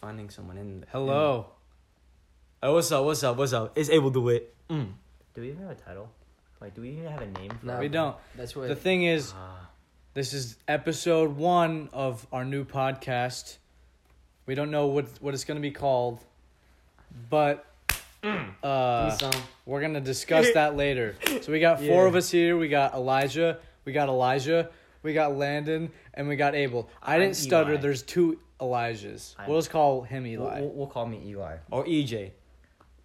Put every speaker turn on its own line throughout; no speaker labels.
finding someone in. The,
Hello. Oh, what's up? What's up? What's up? It's able to it. Mm.
Do we even have a title? Like, do we even have a name for
No.
it?
We don't.
That's where
The thing is,
Ah,
this is episode one of our new podcast. We don't know what what it's gonna be called, but uh,
Song.
we're gonna discuss that later. So we got four
Yeah.
of us here. We got Elijah. We got Elijah. We got Landon, and we got Abel. I
I'm
didn't stutter.
Eli.
There's two Elijahs.
I'm-
we'll just call him
we'll,
Eli
we'll, we'll call me Eli.
or EJ.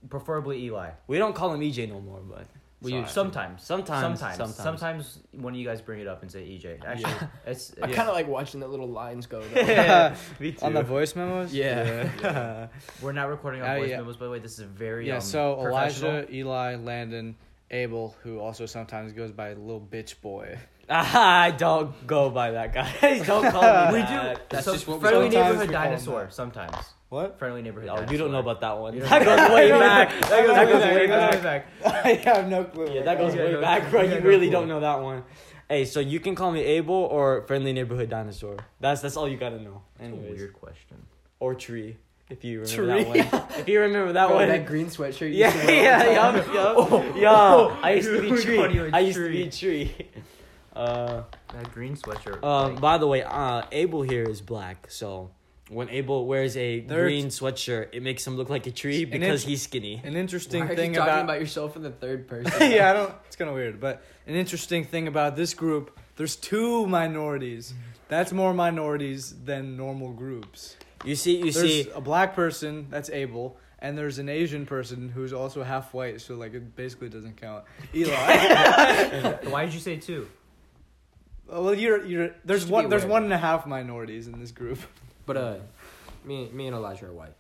Preferably Eli.
E We don't call him EJ no more, but
We
Sorry.
use- sometimes,
Sometimes,
sometimes,
sometimes.
sometimes, one of you guys bring it up and say EJ. Actually, it's, it's-
I kind of like watching the little lines go. Though.
me too.
On the voice memos.
yeah.
we're not recording on
Oh,
voice
yeah.
memos. By the way, this is very
Yeah,
um,
so
professional.
Elijah, Eli, Landon, Abel, who also sometimes goes by Little Bitch Boy.
I don't go by that guy. don't call me.
We
that.
do.
That's
so
just what we-
friendly
Sometimes we
neighborhood
call him
dinosaur.
that.
Sometimes
What?
friendly neighborhood.
Oh,
dinosaur.
you don't know about that one.
You don't
That
know.
goes way back.
That goes,
That goes
way
way
back.
back.
I have no clue.
Yeah, that goes
Yeah,
way
no,
back, bro.
yeah,
you
no,
really
cool.
don't know that one. Hey, so you can call me Abel or Friendly Neighborhood Dinosaur. That's that's all you gotta know.
That's a
Anyways.
weird question.
Or Tree, if you remember
Tree.
that one. If you remember that
Bro,
one.
that green sweatshirt. You
yeah,
used to wear all
yeah,
the time.
yup, yup.
Oh,
Yo,
oh,
I used to
we
be
called you
Tree.
a
I used to
tree.
be Tree. Uh,
That green sweatshirt.
um,
like,
by the way, uh, Abel here is black, so when Abel wears a
There's-
green sweatshirt, it makes him look like a tree
And
because
it's-
he's skinny.
An
Why
interesting
are you
thing
talking
about,
about... yourself in the third person?
yeah, I don't. It's kind of weird, but an interesting thing about this group, there's two minorities. That's more minorities than normal groups.
You see, you
there's
see,
a black person that's Abel, and there's an Asian person who's also half white, so like it basically doesn't count. Eli.
why did you say two?
well, you're you're there's
Just to be
one there's
aware.
one and a half minorities in this group.
But uh, me, me and Elijah are white.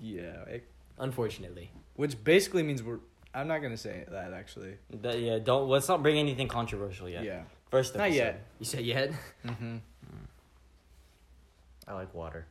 Yeah, it-
Unfortunately,
which basically means we're. I'm not gonna say that actually.
that, yeah. Don't let's not bring anything controversial
Yeah.
yet. First,
Not
episode.
yet.
you said yet.
Mm-hmm.
I like water.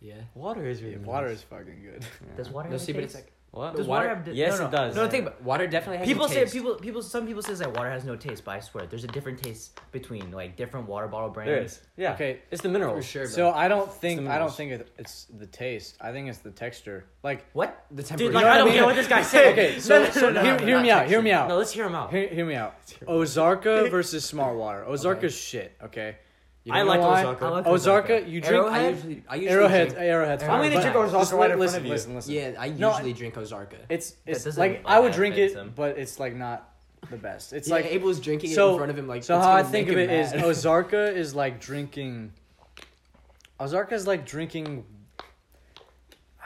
Yeah.
Water is really
Water
nice.
is fucking good.
Yeah.
Does water?
No,
have a
see, but
taste?
it's like
what?
Does
Water-
water? have di-
Yes,
no,
it does.
no. the Think about water definitely has a
people say
taste.
people people some people says that water has no taste, but I swear there's a different taste between like different water bottle brands.
There is. Yeah.
Okay.
It's the mineral.
for sure.
So
So
I don't think
the
I
minerals.
don't think it- it's the taste. I think it's the texture. Like
What?
the
Dude,
temperature.
like,
You know
I
what I
don't
mean?
care what this guy said.
okay, so, so hear, hear
not
me out. Hear me
No,
out.
let's hear him out.
Hear, hear me out. Ozarka versus small water. Ozarka's shit. Okay.
You
I
know
like
why?
Ozarka.
I like-
Ozarka, you drink
I usually, I usually
Arrowhead.
Drink,
Arrowhead's
I'm
fine,
gonna
but
drink Ozarka
just
right
li-
in front
listen,
of you.
Listen, listen.
yeah, I
No,
usually drink Ozarka.
It's it's
doesn't
like
look
I would
bad,
drink
fits
it,
him.
but it's like not the best. It's
It's like
like
Abel's drinking it
so-
in front of him. Like
so
it's
how I
gonna
think of it
make him
is oh,
mad.
Ozarka is like drinking. Ozarka is like drinking.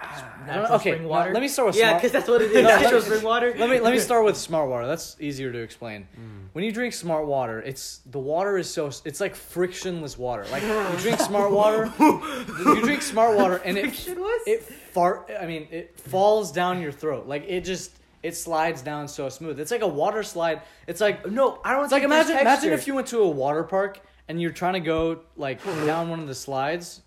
I don't know,
Natural
okay,
spring
no,
water?
let me start with
yeah,
smart-
because that's what it is.
No,
Natural
let-
spring water.
let me let me start with smart water. That's easier to explain.
Mm.
When you drink smart water, it's the water is so it's like frictionless water. Like you drink smart water, you drink smart water, and it
Frictionless?
it fart. I mean, it falls down your throat. Like it just it slides down so smooth. It's like a water slide. It's like
No, I don't
it's like
think there's
imagine imagine
texture.
if you went to a water park and you're trying to go like down one of the slides,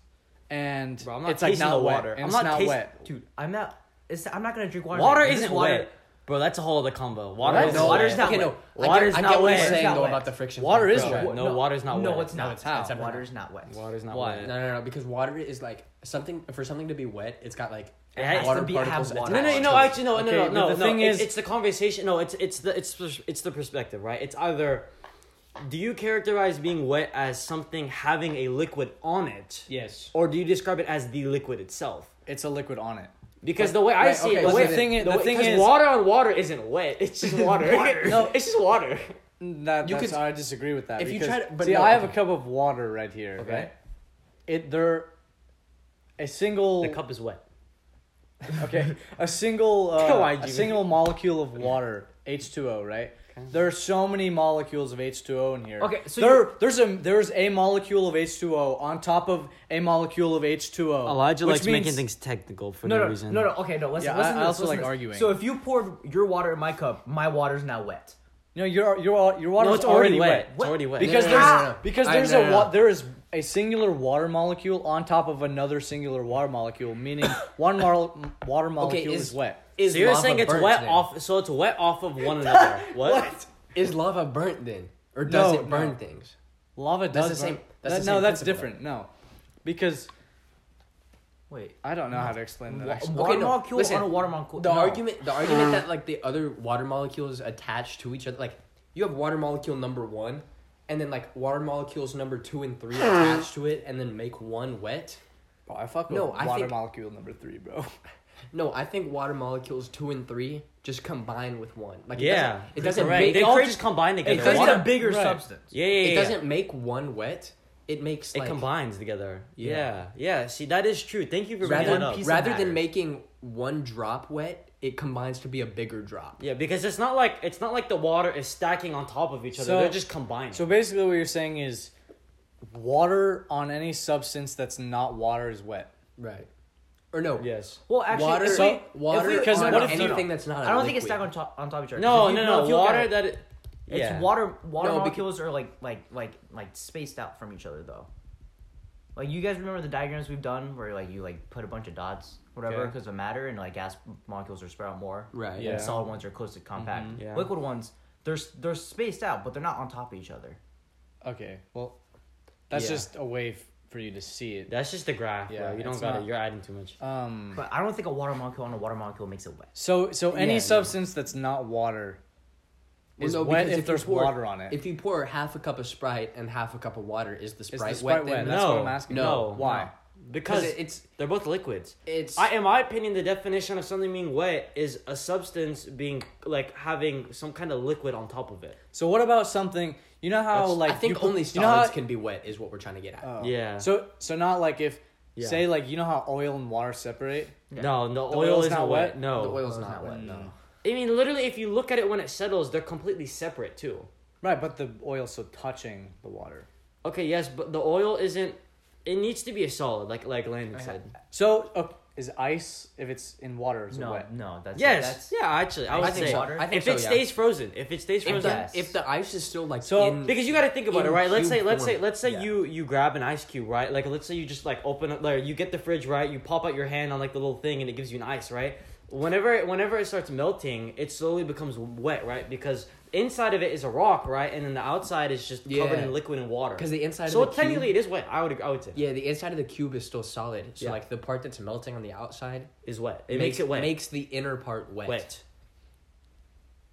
and
Bro, I'm not
it's like
tasting
not
the
wet.
water.
and
I'm
it's
not
not
tasting-
wet.
dude. I'm not. It's, I'm not gonna drink water.
Water
This is
isn't wet. Bro, that's a whole other combo. Water
What?
is
No.
water's not
okay,
wet.
no. I
Water's
get, I
not
get what
wet.
he's saying
Not
though
wet.
about the friction.
Water
part,
is
bro.
wet.
Oh, No, water's not
no,
wet.
No, it's not.
it's how?
It's water's not wet.
Water's not
Why?
wet.
No, no, no. Because water is like something for something to be wet. It's got like
It has to
water
be- have
particles.
water.
No, no,
attached
no.
to it.
Actually, no,
Okay,
no,
but
no, no.
the
no.
thing
it's,
is-
it's the conversation. No, it's it's the it's pers- it's the perspective, right? It's either do you characterize being wet as something having a liquid on it,
Yes,
or do you describe it as the liquid itself?
it's a liquid on it.
Because the way I
Right,
see
okay,
it, the
so
way
the
thing is- the
way-
thing
'cause
is-
water on water isn't wet. It's just water. no, it's just water.
Mm, That,
You
that's
could-
how I disagree with that.
if you
because-
try to- but
see,
no,
I have a
okay.
cup of water right here.
Okay.
Right? It there, a single
The cup is wet.
okay, a single
Go
uh,
on,
a
Jimmy.
single molecule of water H two O. Right. There are so many molecules of H two O in here.
Okay, so
there
you-
there's a there's a molecule of H two O on top of a molecule of H two O.
technical for
No, no, no, no. Okay, no.
Yeah,
Listen,
I-
listen. to
I
this,
also
listen
like
to this.
arguing.
So if you poured your water in my cup, my water's not wet.
No, your your your water
No,
is
it's already wet.
wet.
It's already wet.
Because
No, no,
there's
no, no, no.
because
I-
there's
no,
a
no,
wa-
no.
there is a singular water molecule on top of another singular water molecule, meaning one mar- water molecule
is-
is wet.
So you're
lava
saying it's
burnt
wet
then?
off. So it's wet off of one another. What?
Is lava burnt then, or does
No,
it burn
no.
things?
Lava does
the same-
burn-
that's the
that- no,
same
that's
principle.
different. No, because
Wait.
I don't know how to explain that.
Wa-
actually.
water
Okay, no,
molecule
listen,
on a water molecule.
The
no.
argument, the
Mm.
argument that like the other water molecules attach to each other, like you have water molecule number one, and then like water molecules number two and three
Mm.
attach to it, and then make one wet.
Bro, I fuck with
No, I
water
think-
molecule number three, bro.
No, I think water molecules two and three just combine with one. Like it
Yeah,
doesn't, it doesn't
Correct.
make
they
it all
all
just-
just combine
It
together.
does
Water-
get a bigger
Right.
substance.
yeah, yeah, yeah.
it
yeah.
doesn't make one wet. It makes
It
like
combines together. Yeah.
Yeah.
yeah, See, that is true. Thank you for bringing
rather
that up.
piece of
rather
matter.
than making one drop wet, it combines to be a bigger drop.
Yeah, because it's not like it's not like the water is stacking on top of each other.
So-
They're just combining.
So basically, what you're saying is, water on any substance that's not water is wet.
Right. Or no.
yes. Well, actually,
water,
if
so-
we-
water
if we-
because
on
what if you-
anything that's not. I
I don't think it's stacked on top on top of each other.
no,
'Cause if you-
no,
if
no,
you look at
water
it,
that. It,
It's
yeah.
water. Water
No, becau-
molecules are like like like like spaced out from each other though. Like you guys remember the diagrams we've done where like you like put a bunch of dots whatever
Okay.
because of matter and like gas molecules are spread out more.
Right.
Yeah.
And solid ones are close to compact.
Yeah.
Liquid ones they're s- they're spaced out but they're not on top of each other.
Okay, well, that's
Yeah.
just a way f- for you to see it.
That's just the graph.
Yeah,
Yeah, you don't
it's
got
not-
it. You're adding too much.
Um.
But I don't think a water molecule on a water molecule makes it wet.
So so any
Yeah, no.
substance that's not water
Well,
is
no,
wet if,
because if you
there's
pour-
water on it.
If you pour half a cup of Sprite and half a cup of water, is the
is
Sprite,
the sprite
wet? then?
wet? That's what
No,
I'm asking.
no,
Why?
no. Because
it- it's-
they're both liquids.
It's
I, in my opinion, the definition of something being wet is a substance being like having some kind of liquid on top of it.
So what about something? You know how
That's-
like
I think
you put-
only
you know how-
solids can be wet is what we're trying to get at.
Oh.
Yeah.
So so not like if
Yeah.
say like you know how oil and water separate.
No, no,
The
oil
oil's
isn't
not
wet.
wet?
No,
the oil's
oil's
not
not
wet.
wet.
No.
I mean, literally, if you look at it when it settles, they're completely separate too.
Right, but the oil's so touching the water.
Okay, yes, but the oil isn't. It needs to be a solid, like like Landon said.
So uh, is ice if it's in water is it
No,
wet?
no, that's
Yes,
that's
yeah, actually, I
I
would
think
say
so. I
think
if
so,
it
yeah.
stays frozen, if it stays
If
frozen,
the,
Yes.
if the ice is still like
So-
in,
because you got to think about it,
in
right? Let's say
cube
let's say
form.
let's say
Yeah.
you you grab an ice cube, right? Like let's say you just like open up, like you get the fridge, right? You pop out your hand on like the little thing, and it gives you an ice, right? Whenever whenever it starts melting, it slowly becomes wet, right? Because inside of it is a rock, right, and then the outside is just covered
Yeah.
in liquid and water.
'Cause the inside of
So
the cube-
technically, it is wet. I would I would say
yeah, the inside of the cube is still solid. So
Yeah.
like the part that's melting on the outside
is wet. It makes, it wet.
Makes the inner part wet.
wet.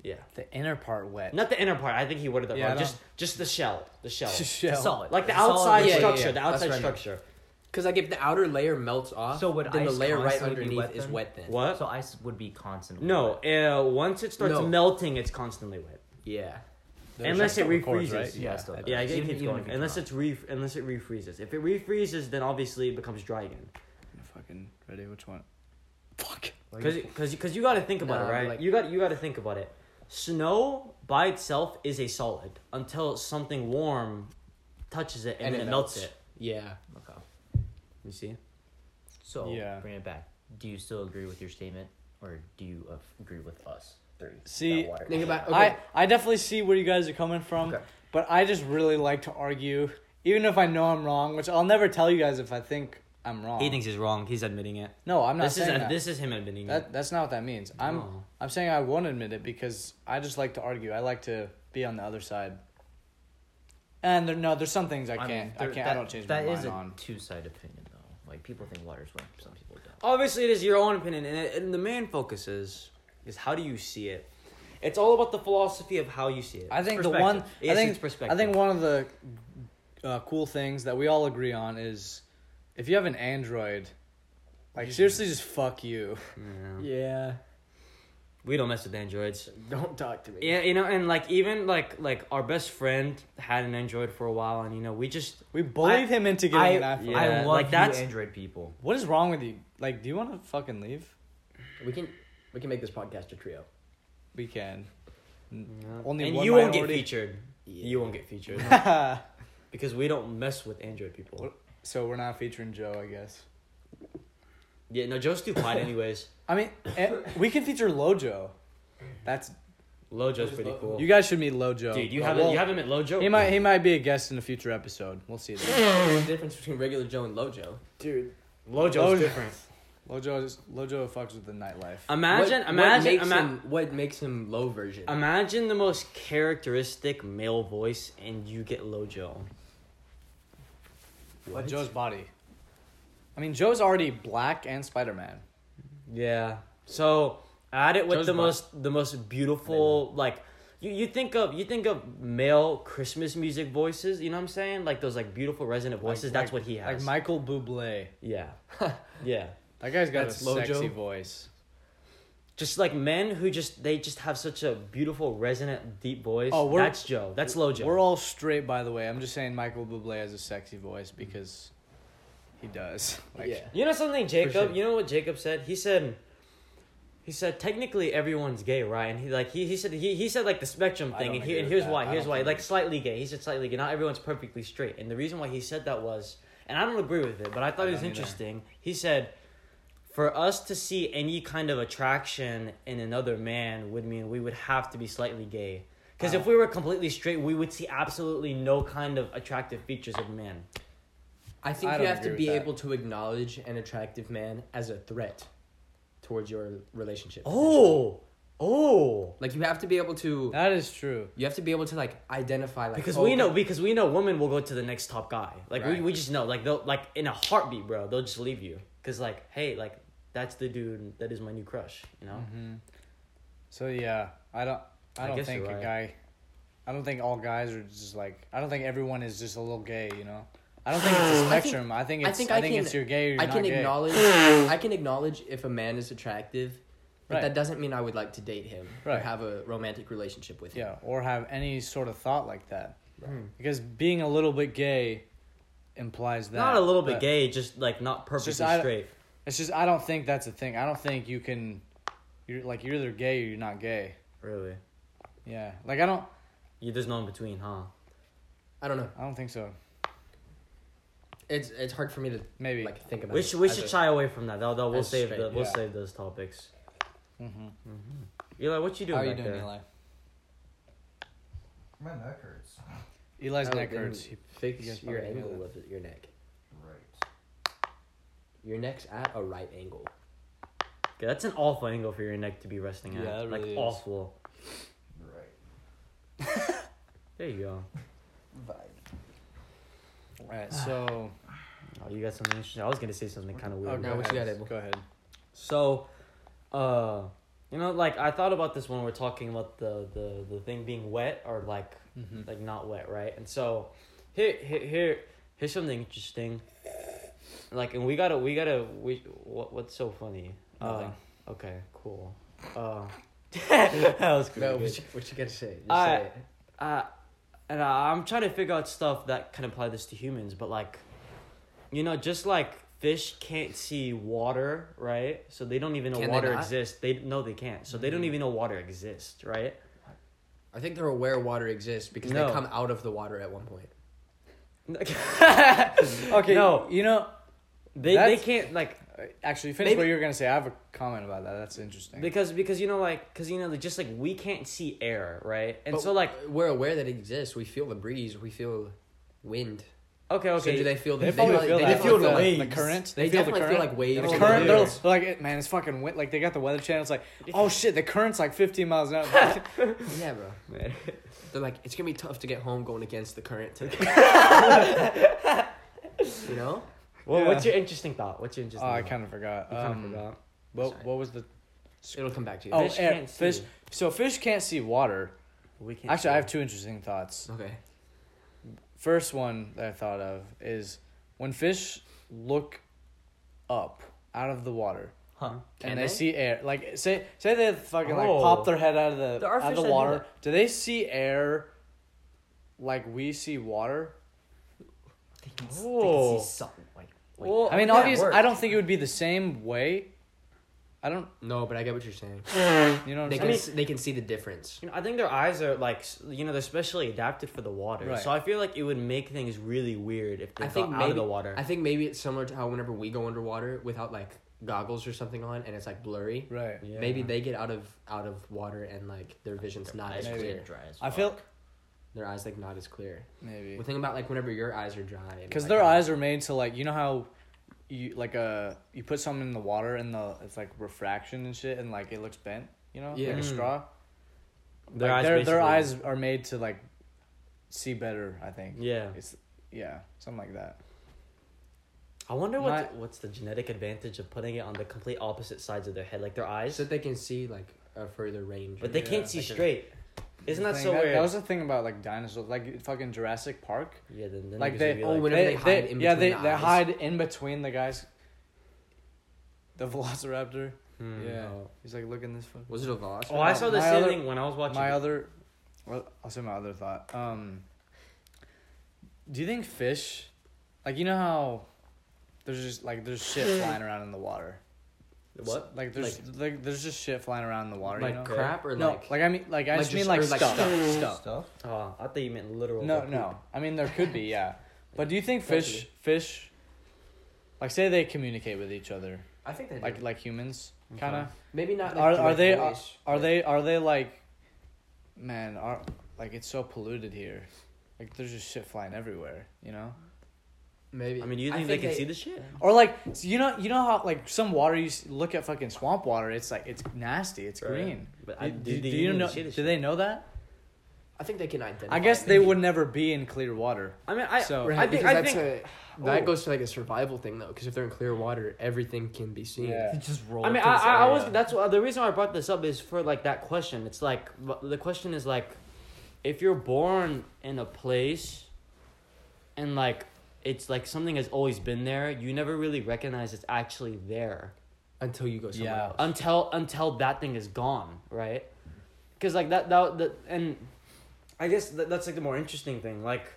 Yeah,
The inner part wet.
not the inner part. I think he worded that
Yeah, I
wrong.
don't-
Just just the shell, the shell,
Shell.
solid.
like the
It's a solid
outside
Yeah, yeah,
liquid.
structure,
yeah.
the
That's
outside
what I mean.
structure.
Because like if the outer layer melts off,
So would
then the
ice
layer right
constantly be
underneath
wet
is
then?
wet. Then
What?
So ice would be constantly
No, uh, once it starts
No.
melting, it's constantly wet.
Yeah.
The
Unless
shell
it
records,
refreezes.
wet. Yeah, still
Yeah, it,
does.
it
Even-
keeps
even
going.
if you
Unless
drop.
it's re unless it refreezes. If it refreezes, then obviously it becomes dry again.
Fucking ready? Which one? Fuck.
Because because because you got to think about
Nah,
it,
but
right?
like-
you got you got to think about it. Snow by itself is a solid until something warm touches it and, then it melts. it.
Yeah.
Okay.
You see?
So
Yeah.
bring it back. Do you still agree with your statement, or do you uh, agree with us? Three.
See,
Think about okay.
I I definitely see where you guys are coming from,
Okay.
but I just really like to argue, even if I know I'm wrong, which I'll never tell you guys if I think I'm wrong.
He thinks he's wrong. He's admitting it.
no, I'm not
This is
saying that.
this is him admitting it.
that. That's not what that means. I'm
No.
I'm saying I won't admit it because I just like to argue. I like to be on the other side. And there, no, there's some things I
mean,
can't. I
there-
can't. I
that-
don't change
That
my
is
mind
a
on.
two-sided opinion, though. Like people think water's wet, some people don't.
obviously it is your own opinion and, it, and the main focus is is how do you see it it's all about the philosophy of how you see it
I think the
Perspective.
one. I
Yes,
think
it's
I
perspective.
think one of the uh, cool things that we all agree on is if you have an Android, like seriously, just fuck you.
Yeah.
yeah.
we don't mess with androids
Don't talk to me.
yeah you know and like even like like our best friend had an android for a while and you know we just
We bullied him into
I,
getting an iPhone.
yeah.
I love
Like,
you
that's-
Android people.
What is wrong with you? Like, do you want to fucking leave?
We can we can make this podcast a trio.
We can. Only
only and
one
you won't get
minority-
featured you won't get featured because we don't mess with android people
What? so we're not featuring Joe, I guess.
yeah no joe's too quiet anyways
I mean, eh, we can feature Lojo. That's
lojo's pretty cool
you guys should meet Lojo.
dude you
Well,
haven't
we'll-
you haven't met lojo
He might he might be a guest in a future episode. We'll see. Then.
What's the difference between regular Joe and Lojo?
Dude,
lojo's
Lojo-
different
Lojo is, Lojo fucks with the nightlife.
imagine
what, what
imagine
makes
imagine
him what makes him low version.
Imagine the most characteristic male voice, and you get Lojo.
Lojo's body. I mean, Joe's already black and Spider Man.
Yeah. So add it with
Joe's
the
black.
most the most beautiful like you, you think of you think of male Christmas music voices, you know what I'm saying? Like those like beautiful resonant voices, that's what he
Like
has.
Michael Bublé.
yeah. yeah.
That guy's got
That's
a
Lojo.
sexy voice.
Just like men who just they just have such a beautiful resonant deep voice.
Oh,
Oh,
we're-
that's Joe. That's Lojo.
We're all straight, by the way. I'm just saying Michael Bublé has a sexy voice because he does. Like,
Yeah.
You know something, Jacob?
sure.
You know what Jacob said? He said he said technically everyone's gay, right? And he like he, he said he, he said like the spectrum
I
thing
don't
and, he,
agree
and
with
here's
that.
why,
I
here's
don't
why.
think-
Like slightly gay. He said slightly gay. Not everyone's perfectly straight. And the reason why he said that was and I don't agree with it, but I thought it was
don't either.
interesting. He said for us to see any kind of attraction in another man would mean we would have to be slightly gay. Because if we were completely straight, we would see absolutely no kind of attractive features of men.
I think
I
you
don't
have
agree
to
with
be
that.
able to acknowledge an attractive man as a threat towards your relationship.
Oh, oh.
like you have to be able to
That is true.
you have to be able to like identify like
Because
oh,
we know, because we know, women will go to the next top guy. Like we,
Right.
we just know, like they'll like in a heartbeat, bro. They'll just leave you. Cause like, hey, like that's the dude that is my new crush. You know,
Mm-hmm. So yeah, I don't. I
I
don't
guess
think
you're
a
right.
guy. I don't think all guys are just like. I don't think everyone is just a little gay. You know. I don't think it's a
I think-
spectrum. I think,
I
it's. I think,
think I can-
it's you're gay or you're
I
not
can
gay.
acknowledge I can acknowledge if a man is attractive, but
Right.
that doesn't mean I would like to date him or
Right.
have a romantic relationship with him.
Yeah, or have any sort of thought like that,
Hmm.
because being a little bit gay implies that.
not a little bit
but
gay, just like not perfectly
just I-
straight.
It's just I don't think that's a thing. I don't think you can. You're like you're either gay or you're not gay.
Really,
Yeah, like I don't.
you, there's no in between, huh?
I don't know.
I don't think so.
It's it's hard for me to
Maybe.
like think about.
We
it
should we
as
should
a-
shy away from that. Though, though we'll
as
save
straight,
the, we'll
yeah.
save those topics.
hmm
Eli, what you doing? back
uh,
there?
My neck hurts.
Eli's
Oh,
neck
then
hurts. He- You guys
Fix your
probably know
angle
that.
of it- your neck.
Right.
Your neck's at a right angle.
Okay, that's an awful angle for your neck to be resting at.
Yeah, that
like
really is.
awful.
Right.
There you go.
Vibe.
Right. So.
Oh, you got something interesting. I was gonna say something kind of weird.
Oh,
now
go
what you
ahead.
got, Abel?
Go ahead.
So, uh, you know, like I thought about this when we are talking about the the the thing being wet or like
Mhm.
like not wet, right? And so, here here here here's something interesting. Like, and we gotta we gotta we what what's so funny?
Nothing.
Uh, okay, cool. Uh, that was pretty
No,
good.
what you, what you gotta say? Just
I-
say it.
uh, and I, I'm trying to figure out stuff that can apply this to humans, but like, you know, just like fish can't see water, right? So they don't even know
Can they
water
not?
exists. They no, they can't. So they
Hmm.
don't even know water exists, right?
I think they're aware water exists because
No.
they come out of the water at one point.
okay, no,
You know,
they they
that's-
can't like
actually, finish
Maybe-
what you were gonna say. I have a comment about that. That's interesting.
because because you know like because you know just like we can't see air, right? And
But
so like
we're aware that it exists. We feel the breeze. We feel wind.
okay okay
So do they feel the?
They probably
probably-
feel
they
that.
definitely
They feel
feel
the
like-
current.
They,
They feel the
definitely
current.
feel like waves.
the
and
current, they're,
waves.
they're like, man, it's fucking wet. Like they got the weather channel. It's like, oh shit, the current's like 15 miles an hour.
Yeah, bro.
Man.
They're like, it's gonna be tough to get home going against the current today. you know?
well,
Yeah.
what's your interesting thought? What's your
oh,
interesting?
I
thought?
kind of forgot.
You kinda
Um,
forgot.
What,
Sorry.
what was the?
It'll come back to you.
Oh,
Fish
air,
can't
fish.
see.
So fish can't see water.
We can't
Actually, I
see.
have two interesting thoughts.
Okay.
First one that I thought of is when fish look up out of the water
Huh.
Can
and they,
they?
see air. Like say say they fucking like
Oh.
pop their head out of the
There are
out of
fish
the
that do
water. Do, they see air like we see water?
They can, s- they
Oh.
can see something. Like, like
Well,
I mean,
that
obviously,
work?
I don't think it would be the same way. I don't.
No, but I get what you're saying.
You know what I'm
They can
saying?
s- they can see the difference.
You know, I think their eyes are like s- you know they're specially adapted for the water,
Right.
so I feel like it would make things really weird if they
I
fell
think
out
maybe
of the water.
I think maybe it's similar to how whenever we go underwater without like goggles or something on and it's like blurry.
Right.
Yeah.
Maybe they get out of out of water and like their vision's not as
eyes maybe.
clear.
dry as
I feel
fuck.
Their eyes like not as clear.
maybe
Well, think about like whenever your eyes are dry. and,
because
like,
their
how-
eyes are made to like you know how you like uh you put something in the water and the it's like refraction and shit and like it looks bent. You know,
Yeah.
like a
Mm.
straw.
their
Like,
eyes,
their, their
basically-
eyes are made to like see better. I think.
Yeah,
It's yeah, something like that.
I wonder what
My-
the- what's the genetic advantage of putting it on the complete opposite sides of their head, like their eyes,
so that they can see like a further range.
but they
Yeah.
can't see
Like a-
straight. Isn't that
Thing-
so
that,
weird?
That was the thing about like dinosaurs, like fucking Jurassic Park.
yeah, then, then
like
niggas
they,
would be
oh,
like,
whenever they hide in
yeah,
between
they,
the
they
eyes.
hide in between the guys. The Velociraptor.
hmm.
yeah,
Oh.
he's like looking this fuck.
Was it a velociraptor?
Oh, I saw the
My
same
other-
thing when I was watching.
My
it.
other, well, I'll say my other thought. Um, do you think fish, like you know how, there's just like there's shit flying around in the water.
What?
Like there's like, there's just shit flying around in the water.
Like
you know?
crap or
no,
like?
like I mean, like I
like
just mean
just-
like
or, like,
stuff.
stuff.
Stuff.
Oh, I thought you meant literal.
No,
like,
no. I mean, there could be, yeah. But do you think
Potentially.
fish, fish, like say they communicate with each other,
I think they do.
like like humans, kind of.
maybe not. Like,
Are are
direct
they are,
voice,
are
but-
they are they like, man, are like it's so polluted here, like there's just shit flying everywhere, you know.
Maybe.
I mean, you think, they can see the shit?
Or like so you know you know how like some water you s- look at fucking swamp water, it's like it's nasty, it's
Right.
green.
But
Do,
I,
do-
do,
do
you
you know?
the shit
Do
is shit?
they know that?
I think they can identify.
I guess
it.
they would never be in clear water.
I mean, I.
So-
I think. I
that's
think.
a, that
Oh.
goes to like a survival thing though, because if they're in clear water, everything can be seen.
Yeah.
It just roll.
I mean,
to
I,
the
I, I
side.
was. That's why- the reason why I brought this up is for like that question. It's like wh- the question is like, if you're born in a place, and like it's like something has always been there, you never really recognize it's actually there
Until you go somewhere
Yeah.
else.
until until that thing is gone, right? Because like that that that and I guess that, that's like the more interesting thing. Like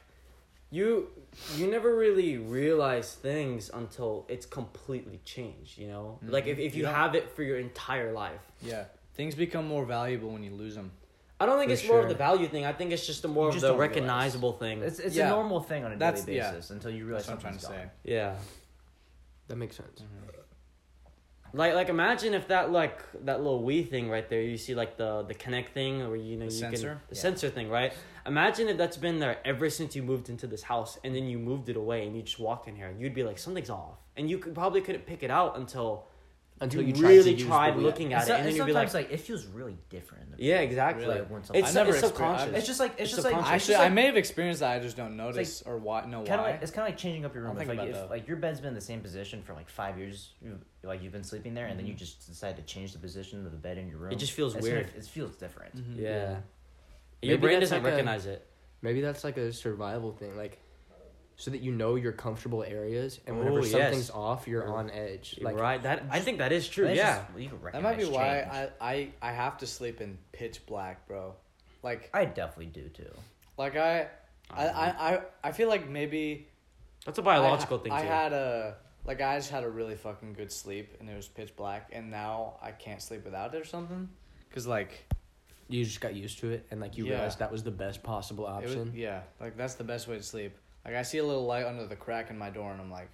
you you never really realize things until it's completely changed. You know,
Mm-hmm.
like if if you
Yeah.
have it for your entire life.
Yeah, things become more valuable when you lose them.
I don't think
For
it's more of
sure.
the value thing. I think it's just the more
You
of
just
the
don't realize.
recognizable thing.
It's, it's
Yeah.
a normal thing on a
That's-
daily
yeah.
basis until you realize
That's what I'm trying
something's
to say.
gone.
yeah.
That makes sense.
Mm-hmm.
Like like imagine if that like that little Wii thing right there, you see like the the Kinect thing or you know
The
you can
sensor?
the
Yeah.
sensor thing, right? Imagine if that's been there ever since you moved into this house and then you moved it away and you just walked in here, you'd be like something's off. And you could probably couldn't pick it out until
Until you,
you,
try
really
to use
tried
the Wii.
looking at
It's,
it
not-
and then
it's
you'd be like,
sometimes like, it feels really different. In the
Yeah, exactly.
Really?
Like, when something-
It's,
I never
it's
exper-
subconscious.
I've-
It's just like it's
It's
just like
subconscious.
Actually,
it's
I may have experienced that. I just don't notice or why. Know
Kind
why.
of like it's kind of like changing up your
I'll
room. It's
think
like
about
if
that.
like your bed's been in the same position for like five years, you, like you've been sleeping there, and
Mm-hmm.
then you just decide to change the position of the bed in your room.
just feels
It's gonna-
weird.
It feels different.
Mm-hmm.
yeah.
Maybe
Your brain
that's
doesn't
like a-
recognize it.
Maybe that's like a survival thing, like so that you know your comfortable areas, and whenever
Ooh, yes.
something's off, you're on edge.
You're
Like
right. That I think that is true.
And it's
Yeah.
just- you can
that might be
recognize
why
change.
I, I I have to sleep in pitch black, bro. Like
I definitely do too.
like I I I I, I feel like maybe
That's a biological
I,
thing
I
too.
had a like I just had a really fucking good sleep and it was pitch black and now I can't sleep without it or something. Cause like
you just got used to it, and like you
Yeah.
realized that was the best possible
it was,
option.
yeah, like that's the best way to sleep. Like I see a little light under the crack in my door and I'm like,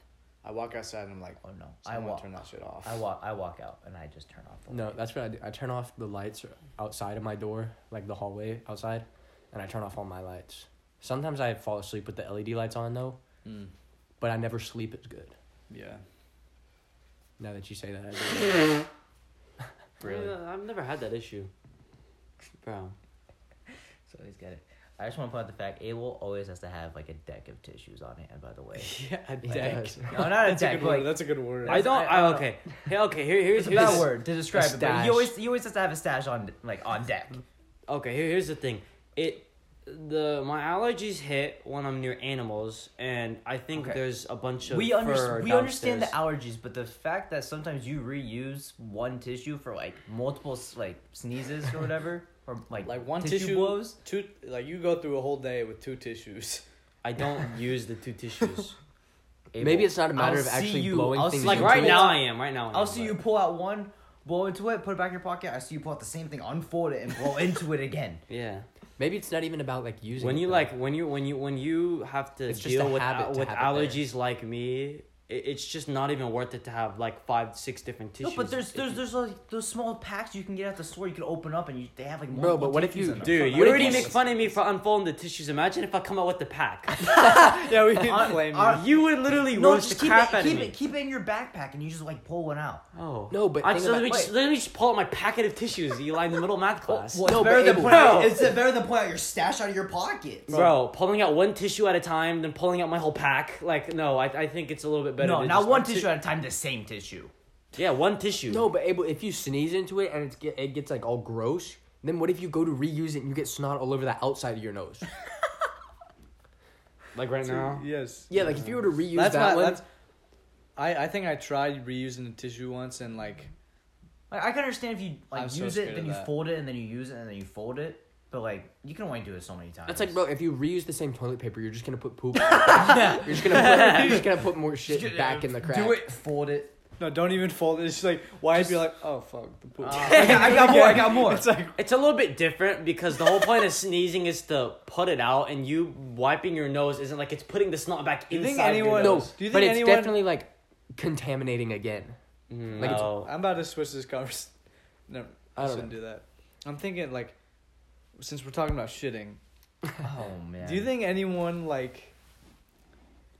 I walk outside and I'm like,
Oh no, I
someone
walk.
turn that shit off.
I walk. I walk out and I just turn off. The
No,
light.
that's what I do. I turn off the lights outside of my door, like the hallway outside, and I turn off all my lights. Sometimes I fall asleep with the LED lights on though,
Mm,
but I never sleep as good.
yeah,
Now that you say that, I do.
really.
Uh, I've never had that issue. Bro.
So he's got it. I just want to point out the fact Abel always has to have like a deck of tissues on hand. By the way,
Yeah, a
He
deck.
does.
no, not a
That's a
deck.
good
Like,
word. That's a good word.
I don't.
I- I
I,
don't
okay. Hey, okay. Here, here's
it's a
here's
bad word to describe it. But
stash.
he always he always has to have a stash on like on deck.
Okay. Here, here's the thing. It the my allergies hit when I'm near animals, and I think
Okay.
there's a bunch of
we
fur
understand we understand the
downstairs.
allergies, but the fact that sometimes you reuse one tissue for like multiple s- like sneezes or whatever, or like
like one
tissue,
tissue,
blows.
two like you go through a whole day with two tissues
I don't use the two tissues.
Maybe it's not a matter
I'll
of
see
actually
you-
blowing
I'll
things
see-
like
into
right
it.
now. I am right now. I am,
I'll see
but-
you pull out one, blow into it, put it back in your pocket. I see you pull out the same thing, unfold it, and blow into it again.
Yeah.
Maybe it's not even about like using.
When
it,
you
though.
like when you when you when you have to
It's just
deal
a
with
habit
al-
to
with
have it there.
allergies like me, it, it's just not even worth it to have like five six different tissues.
No, but there's
If
there's
you-
there's like those small packs you can get at the store. You can open up and you, they have like.
Bro,
multiple
but what if
tissues
you-
in them.
Dude,
What
you
if
already make fun of me for unfolding the tissues. Imagine if I come out with the pack.
yeah we
On-
can flame you.
on-
You would literally
No,
roast
just
the
keep
crap
it,
out of
keep
me.
it, keep it in your backpack, and you just like pull one out.
Oh
No, but
I
think
just, let,
about-
me just, let me just pull out my packet of tissues, Eli, in the middle of math class.
Well, it's
No,
better
but
than
Abel-
pulling out,
Bro.
it's better than pulling out your stash out of your pocket.
Bro, pulling out one tissue at a time, then pulling out my whole pack. Like, no, I, I think it's a little bit better.
no,
to
not
just-
one tissue at a time, the same tissue.
Yeah, one tissue.
No, but Abel, if you sneeze into it and it's get, it gets like all gross, then what if you go to reuse it and you get snot all over the outside of your nose?
like right now.
Yes.
yeah, like if you were to reuse
That's
that
my.
one,
That's, I I think I tried reusing the tissue once and like
Like I can understand if you like
I'm so
use
scared
it, then
of
you
that.
fold it, and then you use it, and then you fold it. But like you can only do it so many times.
that's like, bro, if you reuse the same toilet paper, you're just gonna put poop. you're just gonna put, you're just gonna put more shit
Just- uh,
back in the crack.
Do it, fold it.
no, don't even fold it. It's just like why would be like oh fuck the poop.
I got more. I got more.
it's like
It's a little bit different because the whole point of sneezing is to put it out, and you wiping your nose isn't like it's putting the snot back
you think
inside. your
anyone-
nose.
No,
Do you think
but it's
anyone-
definitely like contaminating again. Like it's-
No.
I'm about to switch this conversation. No,
I
I
don't
shouldn't do that. I'm thinking like since we're talking about shitting,
Oh man.
do you think anyone like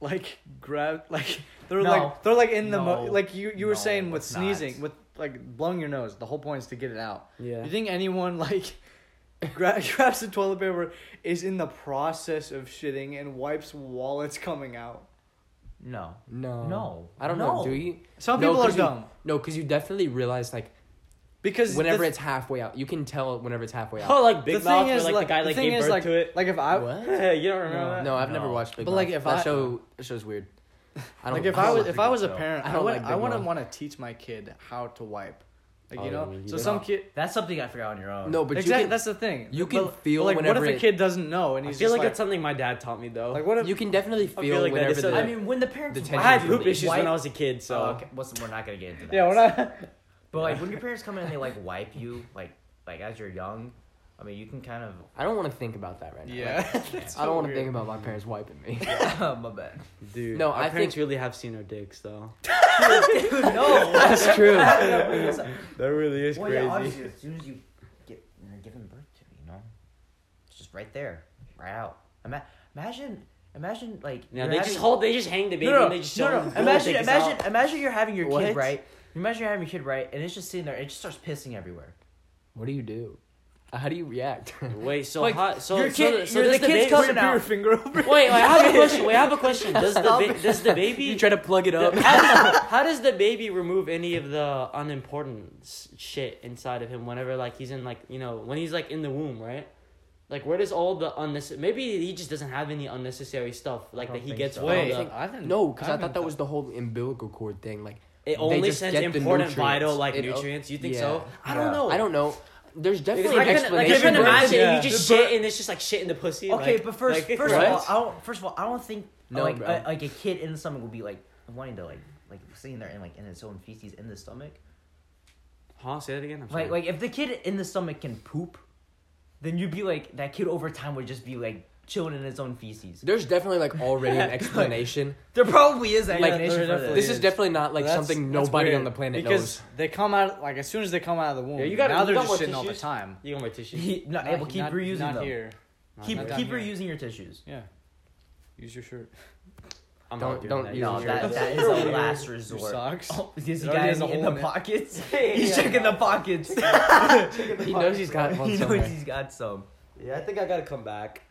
like grab like they're
No.
like they're like in the mo-
No.
like you you were
No,
saying with
it's not.
sneezing with like blowing your nose the whole point is to get it out.
Yeah.
Do you think anyone like gra- grabs the toilet paper is in the process of shitting and wipes while it's coming out?
No.
no,
No.
I don't know.
No.
Do you?
Some
No,
people are
'cause you-
dumb
No, because you definitely realize like
because
whenever
the-
it's halfway out, you can tell whenever it's halfway out.
Oh, like big
the
mouth,
thing
where,
is
like, the guy like
thing
gave
is,
birth
like,
to it.
Like if I
what?
you don't remember that?
No, I've never
No.
watched Big
But,
Mouth.
like, if
that
I-
show that show's weird. I don't
like if
I
I,
don't
was
like
if I was a
though.
parent,
I
I,
don't
would
like Big
I wouldn't
Mouth.
want to teach my kid how to wipe, like
Oh,
you know.
you
so
don't.
some kid
That's something I figure out on your own.
No, but
exactly
you can,
that's the thing.
you
But-
can
but,
feel
like
whenever
what if
it-
the kid doesn't know and
I
he's
feel
just
like,
like,
that's something my dad taught me though.
like what if
you can definitely feel,
like that
whenever
is-
the,
I
I mean, when the parents
The
I had
tension
hoop issues when I
wipe-
was a kid, so
Oh, okay. What's, we're not gonna get into that.
yeah we're not
But like when your parents come in and they like wipe you, like like as you're young, I mean you can kind of.
I don't want to think about that right now.
yeah.
Like,
That's
I
so
don't want to
weird.
think about my parents wiping me.
my bad.
dude.
No,
our
I
parents
think-
really have seen our dicks though.
no.
That's true.
That really is
Well, yeah, obviously, as soon as you get you're given birth to, you know, it's just right there, right out. Ima- imagine, imagine like
Yeah,
you're
they
having-
just hold. They just hang the baby.
No, no,
and they just
no,
show
no.
them the
Imagine,
dick is
imagine,
out.
imagine you're having your
What?
kid right. Imagine you're having your kid right, and it's just sitting there. It just starts pissing everywhere.
what do you do? Uh, How do you react?
Wait, so
Like,
hot. So,
your
so,
kid-
so
your-
does the
the kid's
baby?
coming
wait,
out. Your finger over.
wait, I have a question. Wait, I have a question. Does the ba- does the
you
baby?
try to plug it up.
How does the baby remove any of the unimportant s- shit inside of him? Whenever like he's in like you know when he's like in the womb, right? Like where does all the unnecessary? Maybe he just doesn't have any unnecessary stuff like
I
that
don't
he
think
gets.
so.
from
Wait,
the-
I didn't,
no, because I thought that
didn't
was the whole umbilical cord thing. Like
It
They
only
just
sends
get the
important
nutrients.
vital like
It- oh,
nutrients. You think
yeah.
so? I don't
Yeah.
know.
I don't know. There's
Because
definitely
like,
an
I can, like, I can
explanation. for
imagine
it.
Yeah.
you just
The
shit
bur-
and it's just like shit in the pussy.
Okay,
like-
but first,
like-
first
Right?
of all, I don't. First of all, I don't think
No,
like
bro.
a, like a kid in stomach will be like wanting to like like sitting there and like in its own feces in the stomach.
Huh? Say that again. I'm sorry.
Like like if the kid in the stomach can poop, then you'd be like that kid over time would just be like chilling in its own feces.
There's definitely like already an explanation.
There probably is that
Like,
explanation
there
for
definitely
this.
this is definitely not like
That's-
something
that's
nobody
weird,
on the planet
because they come out like as soon as they come out of the womb.
Yeah, you gotta-
now
you
they're
got
just
more
shitting all the
tissues?
time.
you got my tissue.
He, no, able keep
not,
reusing
not
them.
here.
Keep
Not
keep
here.
reusing your tissues.
Yeah, use your shirt.
I'm
Don't-
not doing
don't
that.
use
You're
No,
your
weird.
that,
shirt.
that is a
Your-
last
Your
resort.
socks.
Oh, is
It
he
already
got
has a
any in
hole
the
in it.
pockets? He's checking the pockets.
knows. He knows he's got one
he
somewhere.
knows he's got some.
Yeah, I think I gotta come back.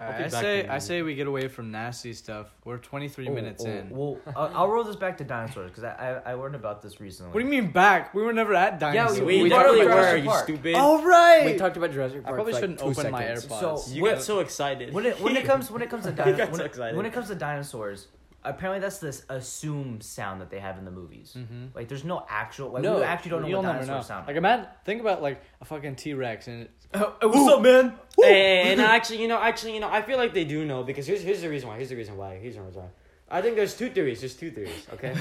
I'll be
I
back
say
in
I say we get away from nasty stuff. We're 23
Oh,
minutes in.
Oh, Well, I'll, I'll roll this back to dinosaurs because I, I I learned about this recently.
What do you mean back? We were never at dinosaurs.
we-
We,
we talked
literally
about
were.
Jurassic
You
Park.
stupid.
All right.
We talked about Jurassic
I
Park.
probably
for, like,
shouldn't
two
open my
seconds.
AirPods.
So-
you get so excited.
when it when it comes when it comes to dino-
got
when,
so
it-
excited.
when it comes to dinosaurs, apparently that's this assumed sound that they have in the movies. Like there's no actual like
No,
we actually don't know
Mm. You'll
what
never
dinosaurs
know.
sound.
Like imagine, think about like a fucking T Rex and it's
Oh,
what's up, man?
and actually, you know, actually, you know, I feel like they do know because here's here's the reason why. Here's the reason why. Here's the reason why. I think there's two theories. There's two theories. Okay,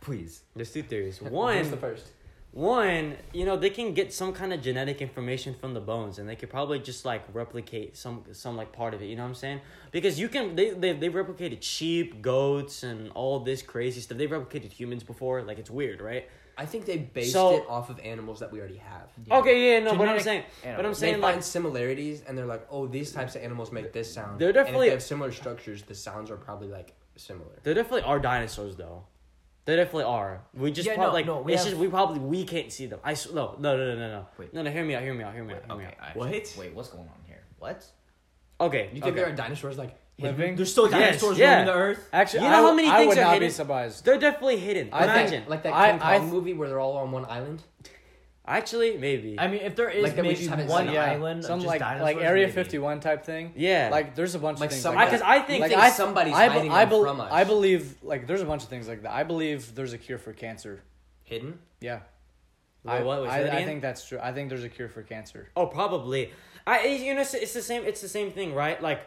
Please.
there's two theories.
Who's
One,
the first?
One, you know, they can get some kind of genetic information from the bones, and they could probably just like replicate some some like part of it. You know what I'm saying? Because you can they they they replicated sheep, goats, and all this crazy stuff. They replicated humans before. Like it's weird, right?
I think they based
So-
it off of animals that we already have.
Okay, yeah, no, but I'm
Genetic
saying, but I'm
animals.
saying
they
like
find similarities and they're like, oh, these types of animals make this sound.
They're
And if
definitely-
they have similar structures. The sounds are probably like similar.
there definitely are dinosaurs though. There definitely are. We just
Yeah,
prob-
no,
like
no, we
it's
have-
just we probably we can't see them. I s- no no no no no no.
Wait.
No no hear me out hear me out hear me out. hear me
Okay. I-
What?
Wait, what's going on here? What?
out. Okay.
You think
okay.
there are dinosaurs like?
Hidden?
Living?
There's still
Yes,
dinosaurs
yeah.
roaming the earth.
Actually,
You
I,
know how
would-
many
I
things
would
are
not be
hidden?
surprised.
They're definitely hidden.
I think-
Imagine.
like that
I-
King Kong
I th-
movie where they're all on one island.
Actually, maybe.
I mean, if there is
Like that we
maybe
just haven't
one
seen.
yeah,
island
some
of just
like
dinosaurs,
like Area
maybe.
51 type thing.
yeah.
Like there's a bunch
Like
of things
some-
like
because
that.
I think
Like,
things-
I- somebody's
I,
hiding
I,
them
bel-
from us.
I believe like there's a bunch of things like that. I believe there's a cure for cancer.
Hidden.
Yeah.
Wait,
I,
what was
I,
that
I
again?
think that's true. I think there's a cure for cancer.
Oh, probably. I it- you know it's, it's the same. It's the same thing, right? Like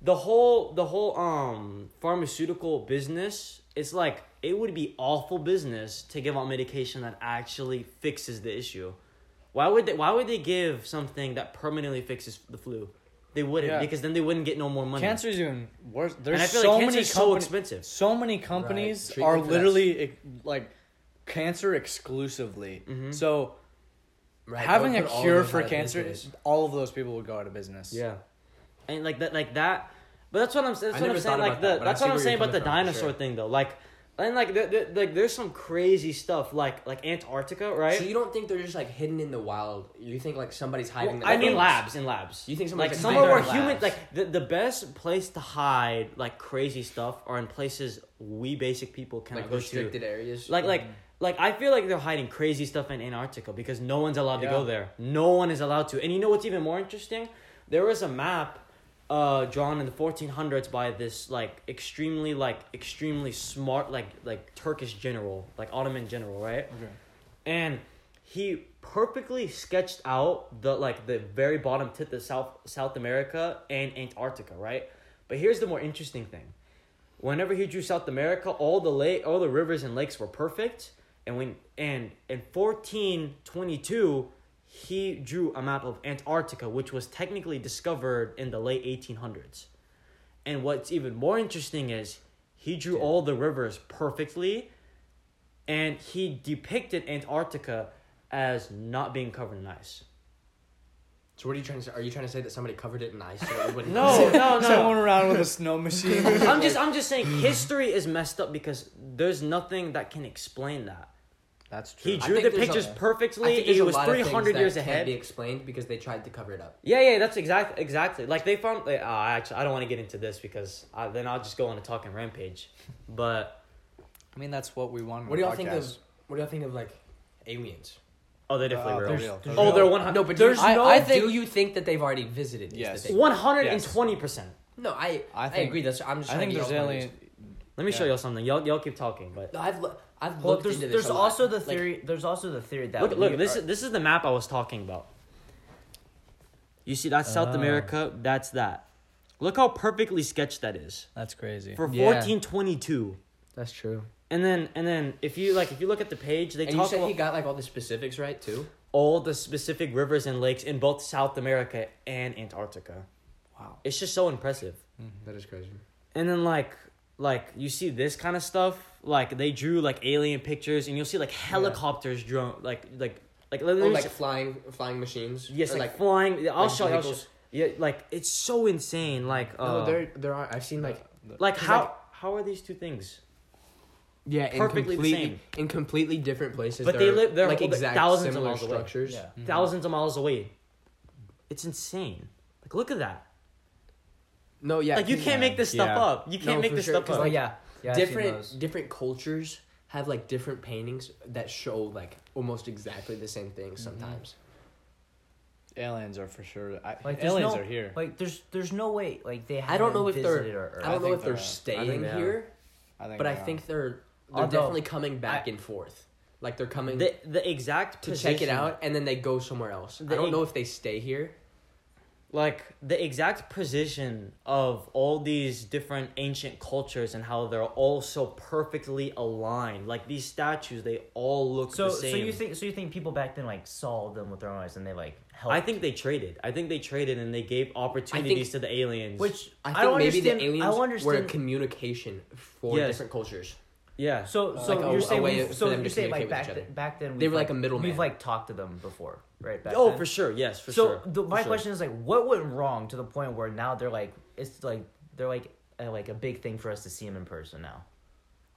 the whole the whole um pharmaceutical business. It's like it would be awful business to give out medication that actually fixes the issue. Why would they? Why would they give something that permanently fixes the flu? They wouldn't
Yeah.
because then they wouldn't get no more money.
Cancer's even worse. There's
and I feel
so
like
many
cancer is so
companies.
expensive.
so many companies
Treatment
are
for that.
literally ex- like cancer exclusively. So
Right.
having
that
a
would put all of
cure
us
for
out of
cancer,
business.
all of those people would go out of business.
Yeah, and like that, like that. But that's what I'm. That's what
never
I'm saying.
thought
Like
about
the.
that, but I
that's
see
what I'm
where
saying
you're
about the
coming from, for
dinosaur
sure.
thing, though. Like, and like, the, the, like, there's some crazy stuff. Like, like Antarctica, right?
So you don't think they're just like hidden in the wild? You think like somebody's
Well,
hiding? them
I
from
mean,
us?
labs in labs.
You think somebody's
like
like
somewhere where
hiding in
human,
labs?
like the, the best place to hide like crazy stuff are in places we basic people cannot
like
go to.
restricted Mm. areas?
Like, like, like I feel like they're hiding crazy stuff in Antarctica because no one's allowed to
Yeah.
go there. No one is allowed to. And you know what's even more interesting? There was a map uh, drawn in the 1400s by this like extremely like extremely smart like like Turkish general, like Ottoman general, right?
Okay.
And he perfectly sketched out the like the very bottom tip of South South America and Antarctica, right? But here's the more interesting thing whenever he drew South America, all the lake, all the rivers and lakes were perfect. And when and in fourteen twenty two, he drew a map of Antarctica, which was technically discovered in the late eighteen hundreds. And what's even more interesting is he drew all the rivers perfectly, and he depicted Antarctica as not being covered in ice.
so what are you trying to say? Are you trying to say that somebody covered it in ice? So it wouldn't-
No, no, no.
Someone around with a snow machine.
I'm just, I'm just saying, history is messed up because there's nothing that can explain that.
That's true.
He
I
drew the
think there's
pictures
a- I
perfectly.
think there's
He
a
was
lot of
three
things
hundred
that
years
can't
ahead.
Be explained because they tried to cover it up.
Yeah, yeah, that's exact, exactly. Like they found. Like, oh, actually, I don't want to get into this because I, then I'll just go on a talking rampage. But
I mean, that's what we want. in
What do
our
y'all think
podcast.
of? What do y'all think of like aliens?
oh, they're definitely
Uh,
real.
they're real. They're
Oh,
real.
they're one hundred.
No, but
There's
there's
no-
no.
I think-
do you think that they've already visited? is
Yes.
the thing.
one hundred and twenty percent.
No, I.
I
I,
think-
agree. That's. I'm just.
I
trying
think
to
there's
get y'all
alien.
points.
Let me show
Yeah.
y'all something. Y'all, y'll keep talking. But
No, I've. lo- I've
Well,
looked
there's,
into this.
there's
a lot.
also the
Like,
theory. there's also the theory that
look,
we
look. This
are-
is this is the map I was talking about. You see, that's
Ah.
South America. That's that. Look how perfectly sketched that is
That's crazy.
for
Yeah.
fourteen twenty two.
that's true.
And then and then if you like if you look at the page, they
And you
talk
said
about
he got like all the specifics right too.
all the specific rivers and lakes in both South America and Antarctica.
Wow.
It's just so impressive.
That is crazy.
And then like like you see this kind of stuff, like they drew like alien pictures and you'll see like helicopters drawn like like like let me
Or Oh, like
s-
flying, flying machines.
yes,
Or,
like, flying. I'll
like
show you. I'll show-
vehicles.
Yeah, like it's so insane. Like uh,
no, there, there are. I've seen like
like
it's
how
like-
how are these two things?
yeah,
in Perfectly the completely- same.
in completely different places.
But
that
they
are,
live- they're
like
all the
exact
thousands of
similar
miles away.
structures.
Yeah.
Thousands of miles away. It's insane. Like look at that.
No, yeah,
like you
'cause-
can't make this stuff
Yeah.
up. You can't
No,
make
for
this
sure,
stuff
'cause,
up.
Oh yeah, yeah I've seen those.
different different cultures have like different paintings that show like almost exactly the same thing sometimes.
aliens are for sure. I,
Like there's
aliens
no,
are here.
Like there's there's no way like they haven't
I don't know if they're
visited our Earth.
I don't know
think
if they're
they're- I think
staying
they are.
here,
I think
but I
they are.
think they're they're
Although,
definitely coming back and forth. Like they're coming
the the exact
to
position,
check it out and then they go somewhere else.
The
I don't
e-
know if they stay here.
Like the exact position of all these different ancient cultures and how they're all so perfectly aligned. Like these statues, they all look
so
the same.
so you think so you think people back then like saw them with their own eyes and they like helped.
I think they traded. I think they traded and they gave opportunities to the aliens.
which
I think
don't
maybe
understand.
the aliens
I don't
were a
understand. communication.
for
Yes.
different cultures.
yeah,
So so
like a-
you're
a
saying
way
we've-
for
so
them to
you're saying like
communicate with
back
each
th-
other.
back then
They
we've,
were like a
like
middleman.
We've like talked to them before, right? Back
oh
then?
for sure, yes, for
so
sure.
the,
for
my
sure.
question is like, what went wrong to the point where now they're like it's like they're like a, like a big thing for us to see them in person now.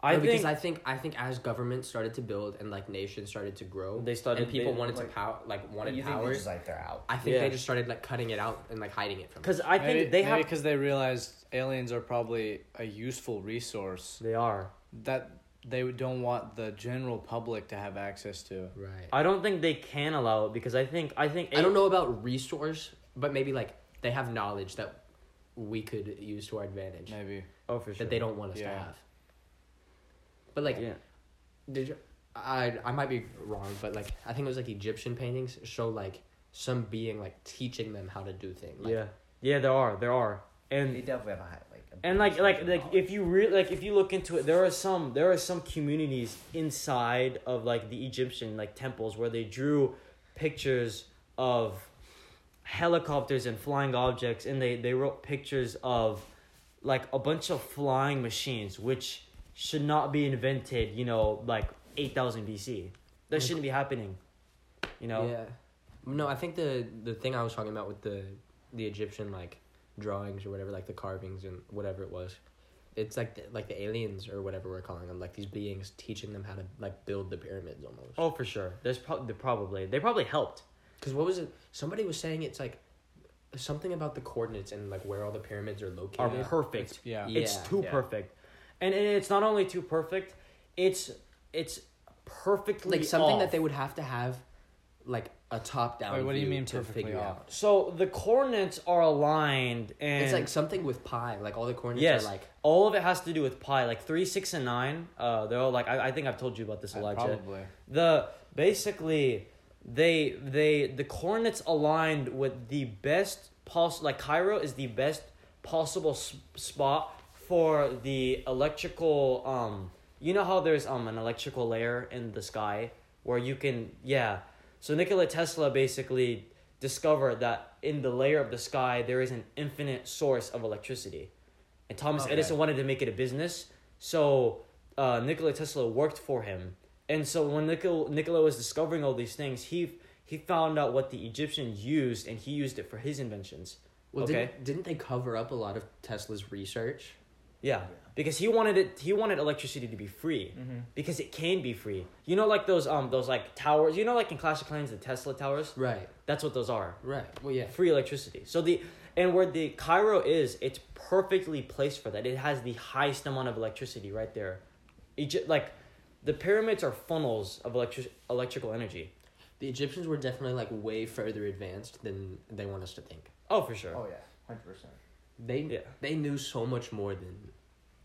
I
No,
think
because I think I think as government started to build and like nations started to grow,
They started-
and people
they-
wanted to
like-
power like wanted
you think
power.
they're just like they're out.
I think
Yeah.
they just started like cutting it out and like hiding it from. us.
because I think they have
because they realized aliens are probably a useful resource
they are.
that they don't want the general public to have access to.
right.
I don't think they can allow it because I think I think
I don't know about resource, but maybe like they have knowledge that we could use to our advantage
Maybe
Oh, for sure.
that they don't want us to
Yeah.
have. But like,
Yeah.
did you, I I might be wrong, but like I think it was like Egyptian paintings show like some being like teaching them how to do things. Like,
yeah. Yeah. There are. There are.
They
And
definitely have a high like. a
and like like
percentage
like
of knowledge.
if you re- like if you look into it, there are some there are some communities inside of like the Egyptian like temples where they drew pictures of helicopters and flying objects, and they they wrote pictures of like a bunch of flying machines, which should not be invented. You know, like eight thousand BC. That shouldn't be happening. You know.
Yeah. No, I think the the thing I was talking about with the the Egyptian like drawings or whatever, like the carvings and whatever it was, it's like the, like the aliens or whatever we're calling them, like these beings teaching them how to like build the pyramids almost.
Oh, for sure. There's probably probably they probably helped.
Because what was it? Somebody was saying it's like something about the coordinates and like where all the pyramids are located.
Are perfect.
yeah.
Yeah.
It's too
yeah.
perfect, and, and it's not only too perfect, it's it's perfectly
Like something
off.
that they would have to have, like a top down.
Wait, what do you mean
to
perfectly
figure
off?
out?
So the coordinates are aligned, and
It's like something with pi. Like all the coordinates
yes,
are like
all of it has to do with pi, like three, six, and nine. Uh, they're all like I, I think I've told you about this, Elijah.
Probably.
the basically they they the coordinates aligned with the best possible like Cairo is the best possible s- spot for the electrical um you know how there's um an electrical layer in the sky where you can yeah so Nikola Tesla basically discovered that in the layer of the sky there is an infinite source of electricity and Thomas
Okay.
Edison wanted to make it a business. So uh, Nikola Tesla worked for him. And so when Nikola, Nikola was discovering all these things, he he found out what the Egyptians used, and he used it for his inventions.
Well,
okay,
didn't, didn't they cover up a lot of Tesla's research?
yeah, because he wanted it. He wanted electricity to be free
Mm-hmm.
because it can be free. You know, like those um those like towers. You know, like in Clash of Clans, the Tesla towers.
Right,
That's what those are.
right. Well, yeah.
free electricity. So the and where the Cairo is, it's perfectly placed for that. It has the highest amount of electricity right there. Egypt, like the pyramids are funnels of electric electrical energy.
The Egyptians were definitely like way further advanced than they want us to think.
Oh, for sure.
Oh yeah, hundred percent.
They
Yeah. Uh,
they knew so much more than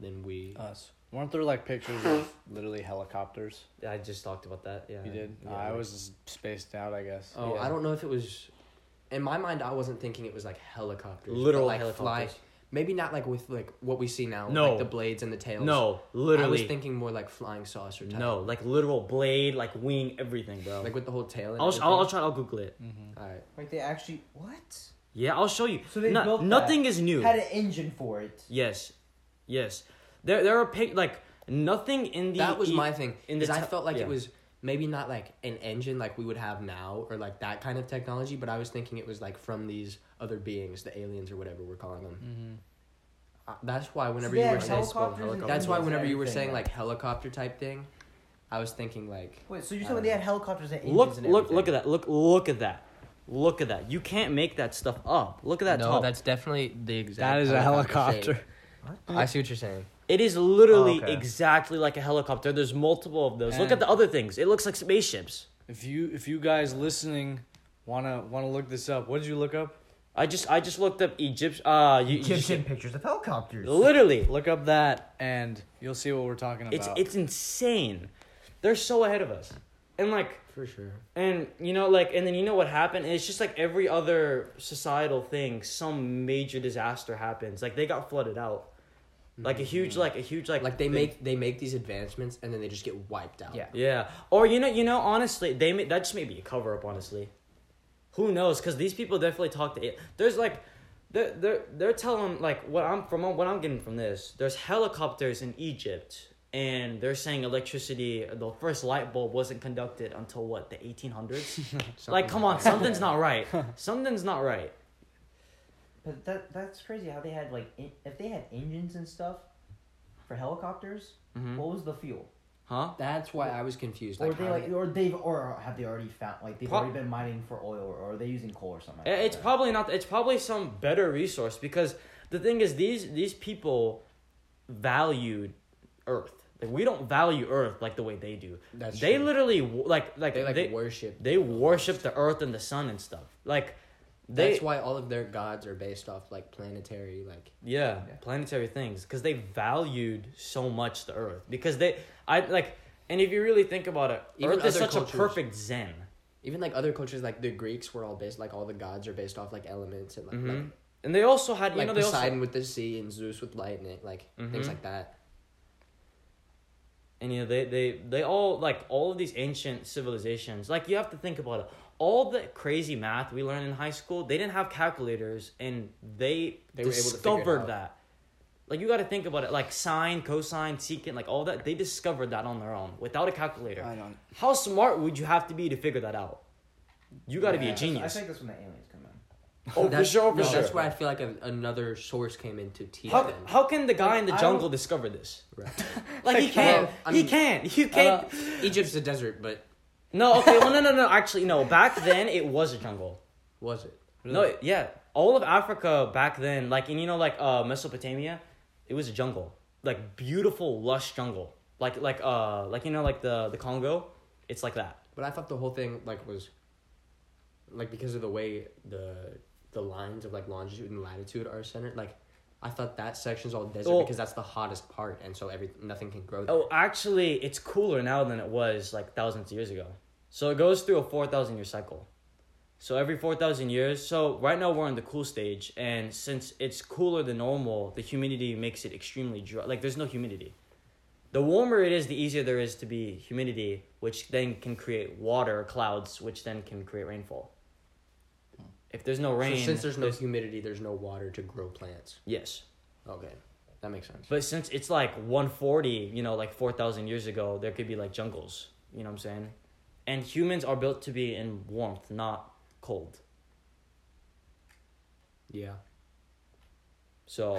than we.
Us. Weren't there like pictures of literally helicopters?
I just talked about that. Uh, Yeah,
You did.
yeah,
I
like-
was just spaced out, I guess.
oh,
yeah.
I don't know if it was. In my mind, I wasn't thinking it was like helicopters. but,
literal
like,
helicopters.
fly- maybe not like with like what we see now.
No.
like the blades and the tails.
No,
I was
literally.
thinking more like flying saucer. Type.
no, like literal blade, like wing, everything, bro.
like with the whole tail. And
I'll, sh- I'll, I'll try. I'll Google it.
Mm-hmm.
All right.
Like they actually what?
Yeah, I'll show you.
So they
No-
built that.
nothing is new.
Had an engine for it.
yes, yes. There, there are pic- like nothing in the.
that was
e-
my thing
in the
is I
te-
felt like
yeah.
it was maybe not like an engine like we would have now or like that kind of technology but i was thinking it was like from these other beings the aliens or whatever we're calling them
Mm-hmm.
Uh, that's why whenever
they
you were
had
saying
helicopters and
that's
engines
why
and
whenever you were
everything,
saying
right?
like helicopter type thing i was thinking like
Wait, so you're
I
telling
don't
me they had helicopters and engines
Look!
and
Look! Look
everything?
at that! Look! Look at that! Look at that! You can't make that stuff up. Look at that
no
top.
that's definitely the exact
That is a helicopter.
i see what you're saying
It is literally
Oh, okay.
exactly like a helicopter. There's multiple of those. Look at
And-
the other things. It looks like spaceships.
If you if you guys listening wanna wanna look this up, what did you look up?
I just I just looked up Egypt. Uh, you,
Egyptian pictures of helicopters.
literally,
Look up that and you'll see what we're talking about.
it's it's insane. They're so ahead of us, and like
for sure
And you know, like, and then you know what happened? It's just like every other societal thing, some major disaster happens. Like they got flooded out, like a huge, like a huge, like
like they
thing.
make they make these advancements and then they just get wiped out
Yeah.
Yeah, or you know, you know, honestly, they may, that just may be a cover up. Honestly, who knows? Because these people definitely talk to. it. There's like, they're they're they're telling like what I'm from what I'm getting from this. There's helicopters in Egypt, and they're saying electricity. The first light bulb wasn't conducted until what the 1800s. like,
Something
come on,
that.
something's not right. Something's not right.
But that that's crazy how they had like en- if they had engines and stuff for helicopters,
Mm-hmm.
Mhm.
What was the fuel?
Huh?
That's why I was confused.
Or
Like,
they
how
like,
did-
or they've, or have they already found like they've
Pro-
already been mining for oil, or, or are they using coal or something? Like
I- It's
that?
probably not. It's probably some better resource because the thing is, these these people valued Earth. Like we don't value Earth like the way they do.
That's
they
true.
literally w- like like
they like
they,
worship.
they worship the Earth and the sun and stuff. Like they
That's why all of their gods are based off like planetary like
yeah,
Yeah.
planetary things because they valued so much the Earth because they I like and if you really think about it,
Even
Earth is
other
such a
cultures.
perfect Zen.
even like other cultures like the Greeks were all based like all the gods are based off like elements and like
hmm
like,
and they also had you
like
know they also
Poseidon with the sea and Zeus with lightning like
Mhm.
things like that.
and you know they they they all like all of these ancient civilizations like you have to think about it all the crazy math we learned in high school they didn't have calculators and they,
They were able to figure it
discovered
out.
that like you got to think about it like sine cosine secant like all that they discovered that on their own without a calculator
I don't.
how smart would you have to be to figure that out you got to be
Yeah,
a
that's-
genius
I think that's when the aliens come in.
oh for
that's,
sure for
no,
sure
That's where I feel like a, another source came in to teach
how,
them.
how can the guy in the
I
jungle discover this
Right.
like he
Like,
can't
well, I
he
mean,
can't you can't
Uh, Egypt's a desert, but
No, okay, well, no, no, no. Actually, no. Back then, it was a jungle.
was it?
No, yeah, all of Africa back then, like and you know, like uh, Mesopotamia, it was a jungle, like beautiful, lush jungle, like like uh, like you know, like the the Congo, it's like that.
But I thought the whole thing like was like because of the way the the lines of like longitude and latitude are centered. Like I thought that section's all desert
Well-
because that's the hottest part, and so every nothing can grow. There.
Oh, actually, it's cooler now than it was like thousands of years ago. So it goes through a 4,000 year cycle. So every 4,000 years, so right now we're in the cool stage, and since it's cooler than normal, the humidity makes it extremely dry. Like, there's no humidity. The warmer it is, the easier there is to be humidity, which then can create water clouds, which then can create rainfall. If there's no rain,
so since there's no humidity, there's no water to grow plants.
yes.
Okay, that makes sense.
But since it's like 140, you know, like 4,000 years ago, there could be like jungles. You know what I'm saying? And humans are built to be in warmth, not cold.
Yeah.
So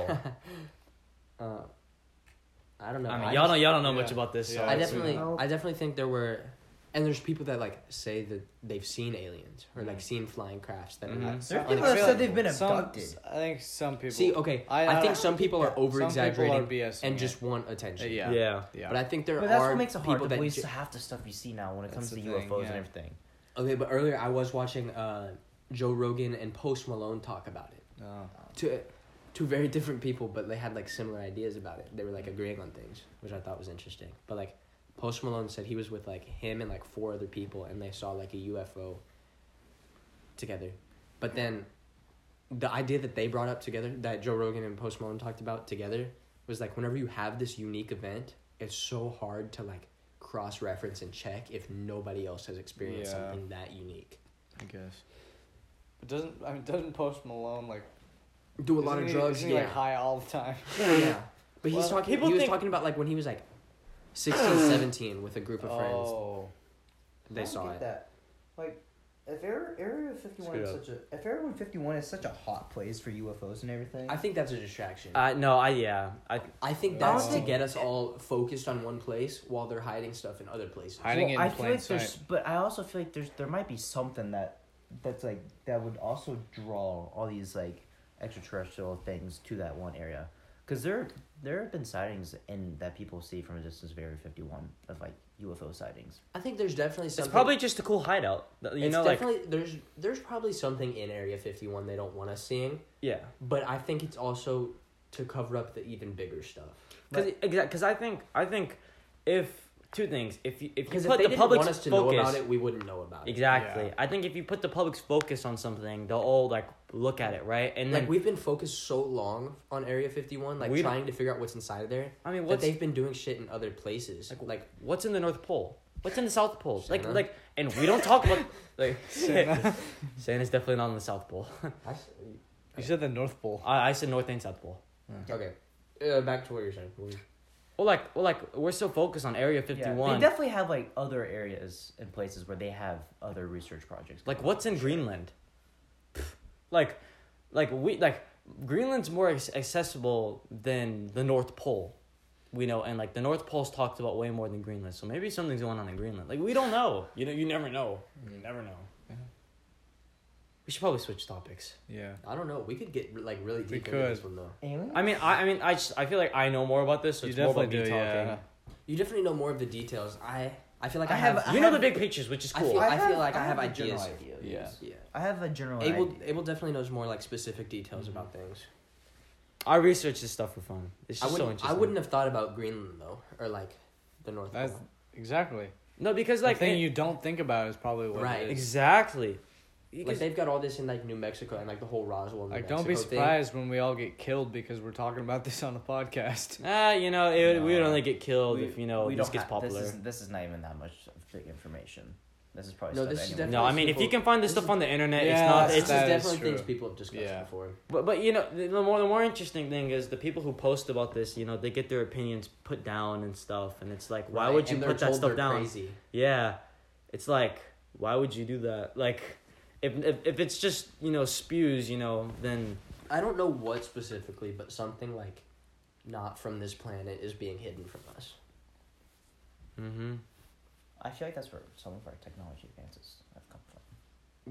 Uh, I don't know.
I mean,
I
y'all
just-
know y'all don't know much
yeah.
about this. So
Yeah,
I
it's-
definitely,
No.
I definitely think there were, and there's people that like say that they've seen aliens or
Mm-hmm.
like seen flying crafts that
Mhm.
Mm-hmm. are
There's
not.
There's
I
people
feel
that said
like
they've been
Some,
abducted.
I think some people.
See, okay,
I-
I,
I-
think some people are over
Some
exaggerating
people are BSing
and
it.
just want attention.
Yeah.
yeah.
Yeah.
But I think there
But that's
are
what makes it hard
people
to
that.
believe
ju-
half the stuff you see now when it comes
That's
to
the thing,
UFOs and
yeah.
everything.
okay, but earlier I was watching uh, Joe Rogan and Post Malone talk about it.
No.
Two, two very different people, but they had like similar ideas about it. They were like agreeing on things, which I thought was interesting. But like, Post Malone said he was with like him and like four other people, and they saw like a UFO together. But then, the idea that they brought up together, that Joe Rogan and Post Malone talked about together, was like whenever you have this unique event, it's so hard to like cross reference and check if nobody else has experienced
Yeah.
something that unique.
I guess. But doesn't I mean doesn't Post Malone like
Do a lot
isn't
of
he-
drugs,
Isn't
yeah.
he like high all the time?
yeah. But he's
Well,
talking
people
he was
think-
talking about like when he was like 16, 17 with a group of friends.
Oh.
They saw it.
that. Like, if Area Fifty
Screw is up.
such a if Area Fifty One is such a hot place for UFOs and everything,
I think that's a distraction.
Uh, no, I yeah. I
I think
I
that's
don't
to
think-
get us all focused on one place while they're hiding stuff in other places.
Hiding it in
I feel
plain
like there's,
sight.
but I also feel like there's there might be something that that's like that would also draw all these like extraterrestrial things to that one area, because there there have been sightings in that people see from a distance of Area Fifty One of like UFO sightings.
I think there's definitely something
it's probably just a cool hideout. that- You
it's
know, like
definitely there's there's probably something in Area 51 they don't want us seeing,
yeah.
but I think it's also to cover up the even bigger stuff.
Because Because I think I think if two things if you if you
Because
put
if they
the
didn't
public's
want us to
focus
know about it, we wouldn't know about it.
exactly.
Yeah.
I think if you put the public's focus on something, they'll all like look at it right and then
Like we've been focused so long on Area 51, like
We-
trying to figure out what's inside of there,
I mean
that
what's
they've been doing shit in other places.
Like,
Like,
what's in the North Pole? What's in the South Pole? Like,
Santa.
like, and we don't talk about like Santa's definitely not in the South Pole.
You said the North Pole.
I, I said North and South Pole.
okay, uh, back to what you're saying.
Well, like, well, like, we're so focused on Area Fifty One.
they definitely have like other areas and places where they have other research projects.
like,
going
what's
on.
in Greenland? Pfft. Like, like we like Greenland's more ac- accessible than the North Pole. we know, and like the North Pole's talked about way more than Greenland. So maybe something's going on in Greenland. Like we don't know. You know, you never know. You never know.
Yeah.
We should probably switch topics.
Yeah.
I don't know. We could get like really
We
deep into this
could.
one though.
Alien?
I mean, I, I mean, I just, I feel like I know more about this. So
You
it's more about
definitely
me
do,
talking.
yeah.
You definitely know more of the details. I I feel like
I
I,
have-
have.
You know the big pictures, which is
I
cool.
feel, I feel like I have,
a general
ideas.
idea,
Yeah.
yes.
Yeah.
I have a general
Abel
idea.
Abel definitely knows more like specific details
Mm-hmm.
about things.
I research this stuff for fun. It's
I
just so
wouldn't.
interesting.
I wouldn't have thought about Greenland though, or like the North Pole.
That's exactly.
No, because like
the thing
it-
you don't think about is probably what
Right.
it is.
exactly.
Like
Because-
they've got all this in like New Mexico and like the whole Roswell. New
Like, don't be
Mexico thing.
surprised when we all get killed because we're talking about this on the podcast.
Ah, you know, it, would we would
No.
only get killed
We-
if you know
we
this
don't
gets
ha-
popular.
This is, this is not even that much of big information. This is probably
No,
stuff
this is
anyone-
no, I mean, if you can find this
This
stuff on the internet,
Yeah,
it's
This
not. It's
is
That is
definitely things
true.
people have discussed
Yeah.
before.
but but you know, the, the more the more interesting thing is the people who post about this. You know, they get their opinions put down and stuff, and it's like, why
Right,
would you
and they're
put that
told
stuff
they're
down?
Crazy.
Yeah, it's like, why would you do that? Like, if if if it's just you know spews, you know, then
I don't know what specifically, but something like not from this planet is being hidden from us.
mm-hmm.
I feel like that's where some of our technology advances have come from.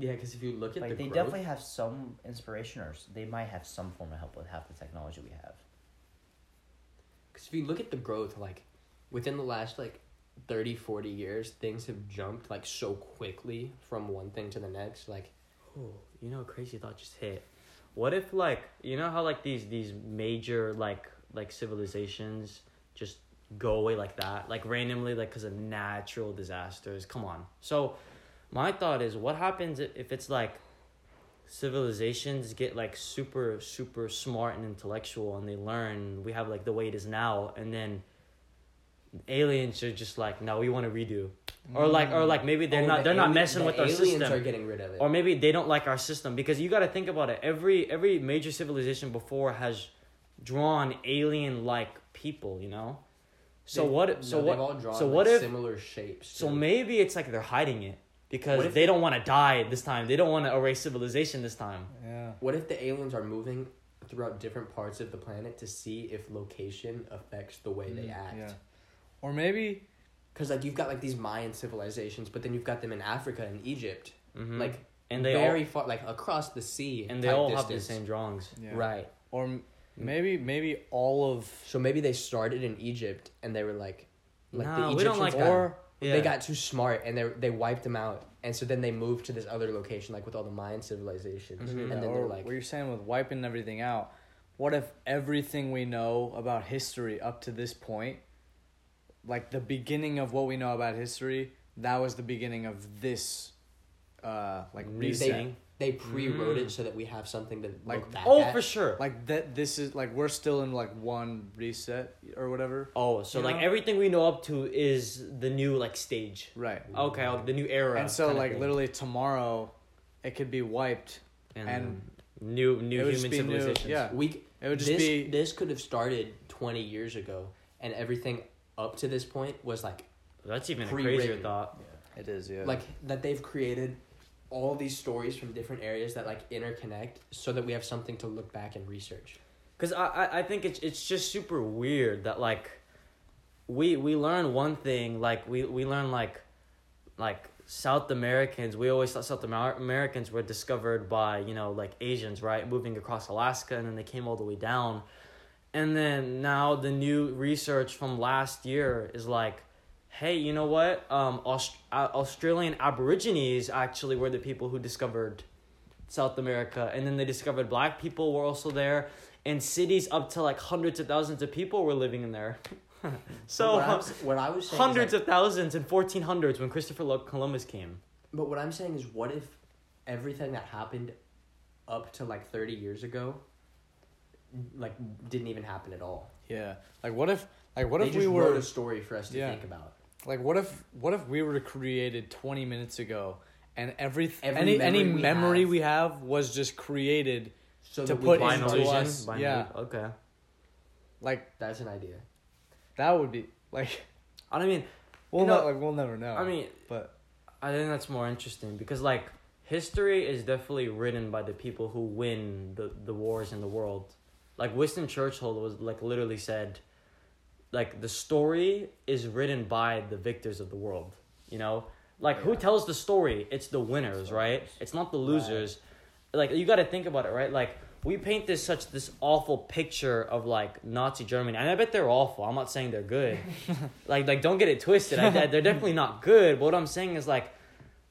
Yeah, because if you look at
Like
the
they
growth,
definitely have some inspiration, or s- they might have some form of help with half the technology we have.
Because if you look at the growth, like within the last like 30, 40 years, things have jumped like so quickly from one thing to the next. Like,
Oh, you know, a crazy thought just hit. What if like you know how like these these major like like civilizations just go away like that, like randomly, like because of natural disasters? Come on. So, my thought is, what happens i- if it's like civilizations get like super super smart and intellectual and they learn we have like the way it is now and then aliens are just like no we want to redo or like or like maybe they're
oh,
not
the
they're not
ali-
messing
the
with our
aliens
system Um,
are getting rid of it.
or maybe they don't like our system because you got to think about it every every major civilization before has drawn alien like people you know so
They-
what
no,
so
they've
what
all drawn,
so
like,
what if
similar shapes?
so
too.
maybe it's like they're hiding it because
What
they,
if
don't want to die this time they don't want to erase civilization this time
Yeah.
What if the aliens are moving throughout different parts of the planet to see if location affects the way they
Mm, yeah.
act?
Or maybe
Because like you've got like these Mayan civilizations, but then you've got them in Africa and Egypt,
Mhm.
like
and they
very far, like across the sea,
all and they
type
all have the
distance.
same drawings
yeah.
right?
Or m- maybe maybe all of
So maybe they started in Egypt and they were like, like
Nah,
the
we don't
Egyptians
like
got-
or
they got too smart and they they wiped them out, and so then they moved to this other location, like with all the Mayan civilizations,
Mm-hmm.
and then
or
they're like,
what you're saying with wiping everything out. What if everything we know about history up to this point, like the beginning of what we know about history, that was the beginning of this, uh, like
New
reset.
thing.
they pre-wrote
Mm.
it so that we have something to
Like-
look back
oh
at.
for sure
Like that. This is like we're still in like one reset or whatever.
oh so
You
like
know?
everything we know up to is the new like stage
Right.
okay like, the new era
And so
kinda
like
thing.
literally tomorrow, it could be wiped.
and,
and
new
it
new
would
human
just be new-
civilizations
yeah.
We c-
It would just
this,
be
this could have started 20 years ago and everything up to this point was like
That's even a crazier
Pre-written.
thought.
It is, yeah.
like that they've created all these stories from different areas that like interconnect so that we have something to look back and research
Cause I, I, I think it's it's just super weird that like we we learn one thing, like we, we learn like like South Americans, we always thought South Amer- Americans were discovered by, you know, like Asians, right? Moving across Alaska and then they came all the way down. And then now the new research from last year is like, hey, you know what? Um, Aust- uh, Australian Aborigines actually were the people who discovered South America. And then they discovered black people were also there. And cities up to like hundreds of thousands of people were living in there. so
what, I was, what i was saying
hundreds
hundreds
of thousands in 1400s when Christopher Lo- Columbus came.
of but what i'm saying is what if everything that happened up to like 30 years ago like didn't even happen at all
yeah. Like what if like what
they
if
just
we were
wrote a story for us to
Yeah.
think about
like what if what if we were created 20 minutes ago and every,
Every
any any
memory we
memory
have-
we have was just created
so
To
that
put
we can
By an
into
start-
illusion.
us,
by an
yeah.
illu- Okay.
like
that's an idea
that would be like
I don't mean,
we'll
know-
not, like we'll never know
I mean,
but
I think that's more interesting because like history is definitely written by the people who win the the wars in the world. Like Winston Churchill was like literally said, like the story is written by the victors of the world. You know, like who
Yeah.
tells the story? It's the winners, right? It's not the losers. Like you got to think about it, right? Like we paint this such this awful picture of like Nazi Germany, and I bet they're awful. I'm not saying they're good. like like don't get it twisted. I, they're definitely not good. But what I'm saying is like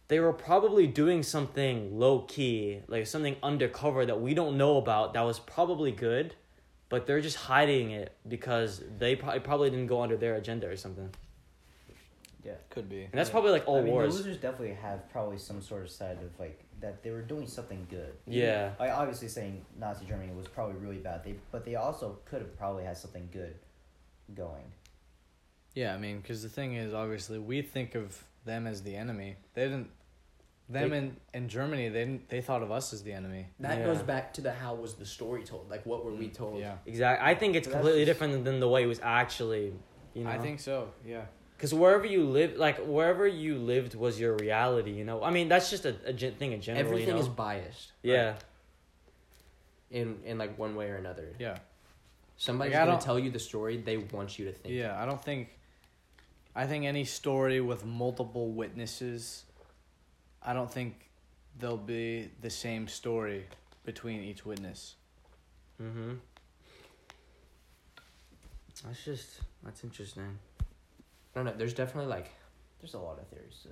they were probably doing something low key, like something undercover that we don't know about that was probably good, but they're just hiding it because they probably probably didn't go under their agenda or something.
Could be.
And that's probably like all
I mean,
wars.
the losers definitely have probably some sort of side of like that they were doing something good.
Yeah.
I obviously saying Nazi Germany was probably really bad. They but they also could have probably had something good going.
Yeah, I mean, because the thing is, obviously, we think of them as the enemy. They didn't. Them
They-
in, in Germany, they didn't, they thought of us as the enemy.
That
Yeah.
goes back to the how was the story told? Like what were we told?
Mm, Yeah,
Exactly. I think it's
But that's
completely
just-
different than the way it was actually. You know?
I think so. Yeah,
because wherever you live, like wherever you lived, was your reality. You know, I mean, that's just a, a gen- thing in general.
Everything
you know?
is biased. right?
yeah.
In in like one way or another.
yeah,
Somebody's
Like, I
gonna
don't-
tell you the story they want you to think.
yeah. I don't think. I think any story with multiple witnesses, I don't think there'll be the same story between each witness.
Mm-hmm. That's just that's interesting.
I don't know. There's definitely like
There's a lot of theories to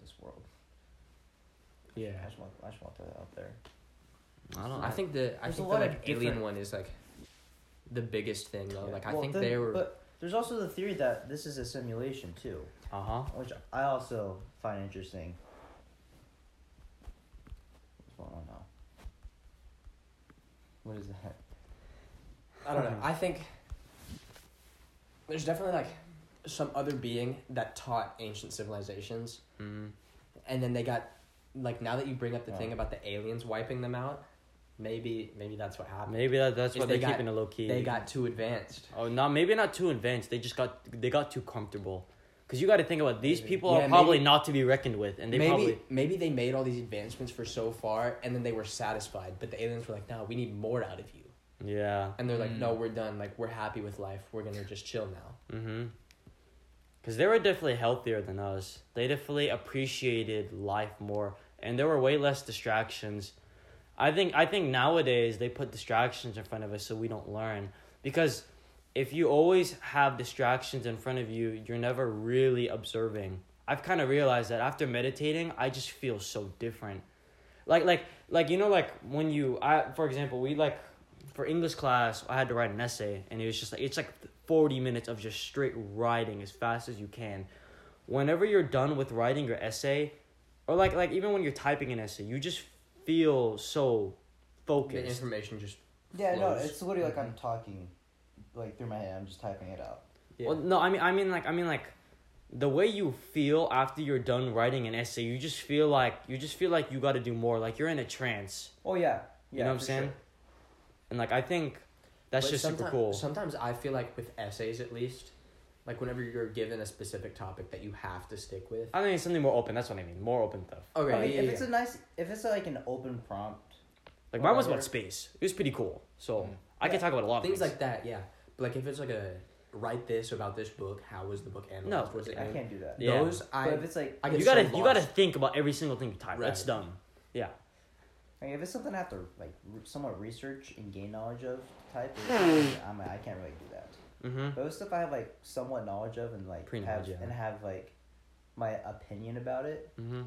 this world.
yeah.
I just want I just want to throw that out there.
I don't.
I think the I
There's
think
a
the
lot of
like alien
different-
one is like the biggest thing though.
Yeah.
Like I
Well,
think
then-
they were
But there's also the theory that this is a simulation too,
Uh huh.
which I also find interesting. What's going on now? What is that?
I
Mm-hmm.
don't know. I think there's definitely like some other being that taught ancient civilizations,
Mm.
and then they got like now that you bring
Oh.
up the thing
Yeah.
about the aliens wiping them out, maybe maybe that's what happened.
Maybe that, that's
If
why
they
they're
got-
keeping it low key.
They got too advanced.
Oh, not maybe not too advanced. They just got they got too comfortable. Cause you got to think about it, these
Maybe.
people
Yeah,
are probably
maybe-
not to be reckoned with, and they
maybe
probably
maybe they made all these advancements for so far, and then they were satisfied. But the aliens were like, "No, we need more out of you."
yeah.
And they're like,
Mm.
"No, we're done. Like we're happy with life. We're gonna just chill now."
Mm-hmm. Cause they were definitely healthier than us. They definitely appreciated life more, and there were way less distractions. I think I think nowadays they put distractions in front of us so we don't learn because if you always have distractions in front of you, you're never really observing. I've kind of realized that after meditating, I just feel so different. Like like like you know like when you I for example, we like for English class, I had to write an essay and it was just like it's like 40 minutes of just straight writing as fast as you can. Whenever you're done with writing your essay or like like even when you're typing an essay, you just feel so
The
focused.
information just
Yeah, no,
flows.
it's literally like I'm talking, like through my head. I'm just typing it out.
Yeah.
Well, no, I mean, I mean, like, I mean, like, the way you feel after you're done writing an essay, you just feel like you just feel like you got to do more. Like you're in a trance.
Oh yeah,
You know what I'm saying? And like, I think that's
But
just super
sometime-
cool.
Sometimes I feel like with essays, at least, like whenever you're given a specific topic that you have to stick with.
I think it's something more open. That's what I mean. More open stuff.
Okay,
I mean,
yeah,
Oh, if
yeah,
it's
yeah.
a nice, if it's like an open prompt,
Like mine was
Whatever.
about space. It was pretty cool. So
Mm.
I can
Yeah.
talk about a lot of
things like that. Yeah, but like if it's like a write this about this book, how was the book analyzed? was it?
I
made?
can't do that.
Yeah.
Those I,
But if it's like,
I get
you gotta
so
you gotta
lost.
think about every single thing you type.
Right.
That's dumb.
I mean, if it's something I have to like re- somewhat research and gain knowledge of, type,
Hmm.
it, I'm, I can't really do that.
Mm-hmm.
But if it's stuff I have like somewhat knowledge of and like
Pretty
have
knowledge, yeah.
and have like my opinion about it.
Mm-hmm.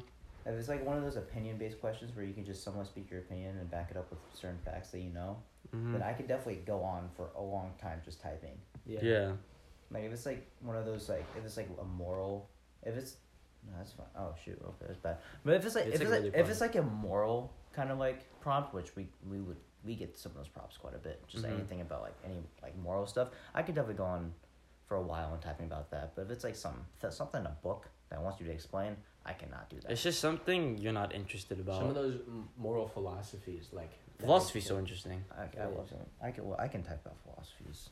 If it's like one of those opinion based questions where you can just somewhat speak your opinion and back it up with certain facts that you know,
Mm-hmm.
then I could definitely go on for a long time just typing.
yeah.
Yeah.
Like if it's like one of those like if it's like a moral, if it's no, that's fine. Oh shoot, okay, that's bad. But if it's like
It's,
if
like,
it's like
really
if it's like a moral kind of like prompt, which we we would we get some of those prompts quite a bit. Just
Mhm.
anything about like any like moral stuff, I could definitely go on for a while and typing about that. But if it's like some th- something in a book that wants you to explain, I cannot do that.
It's just something you're not interested about.
Some of those m- moral philosophies, like that
Philosophy's
makes
so
me-
interesting.
I, I love it. I can well I can type out philosophies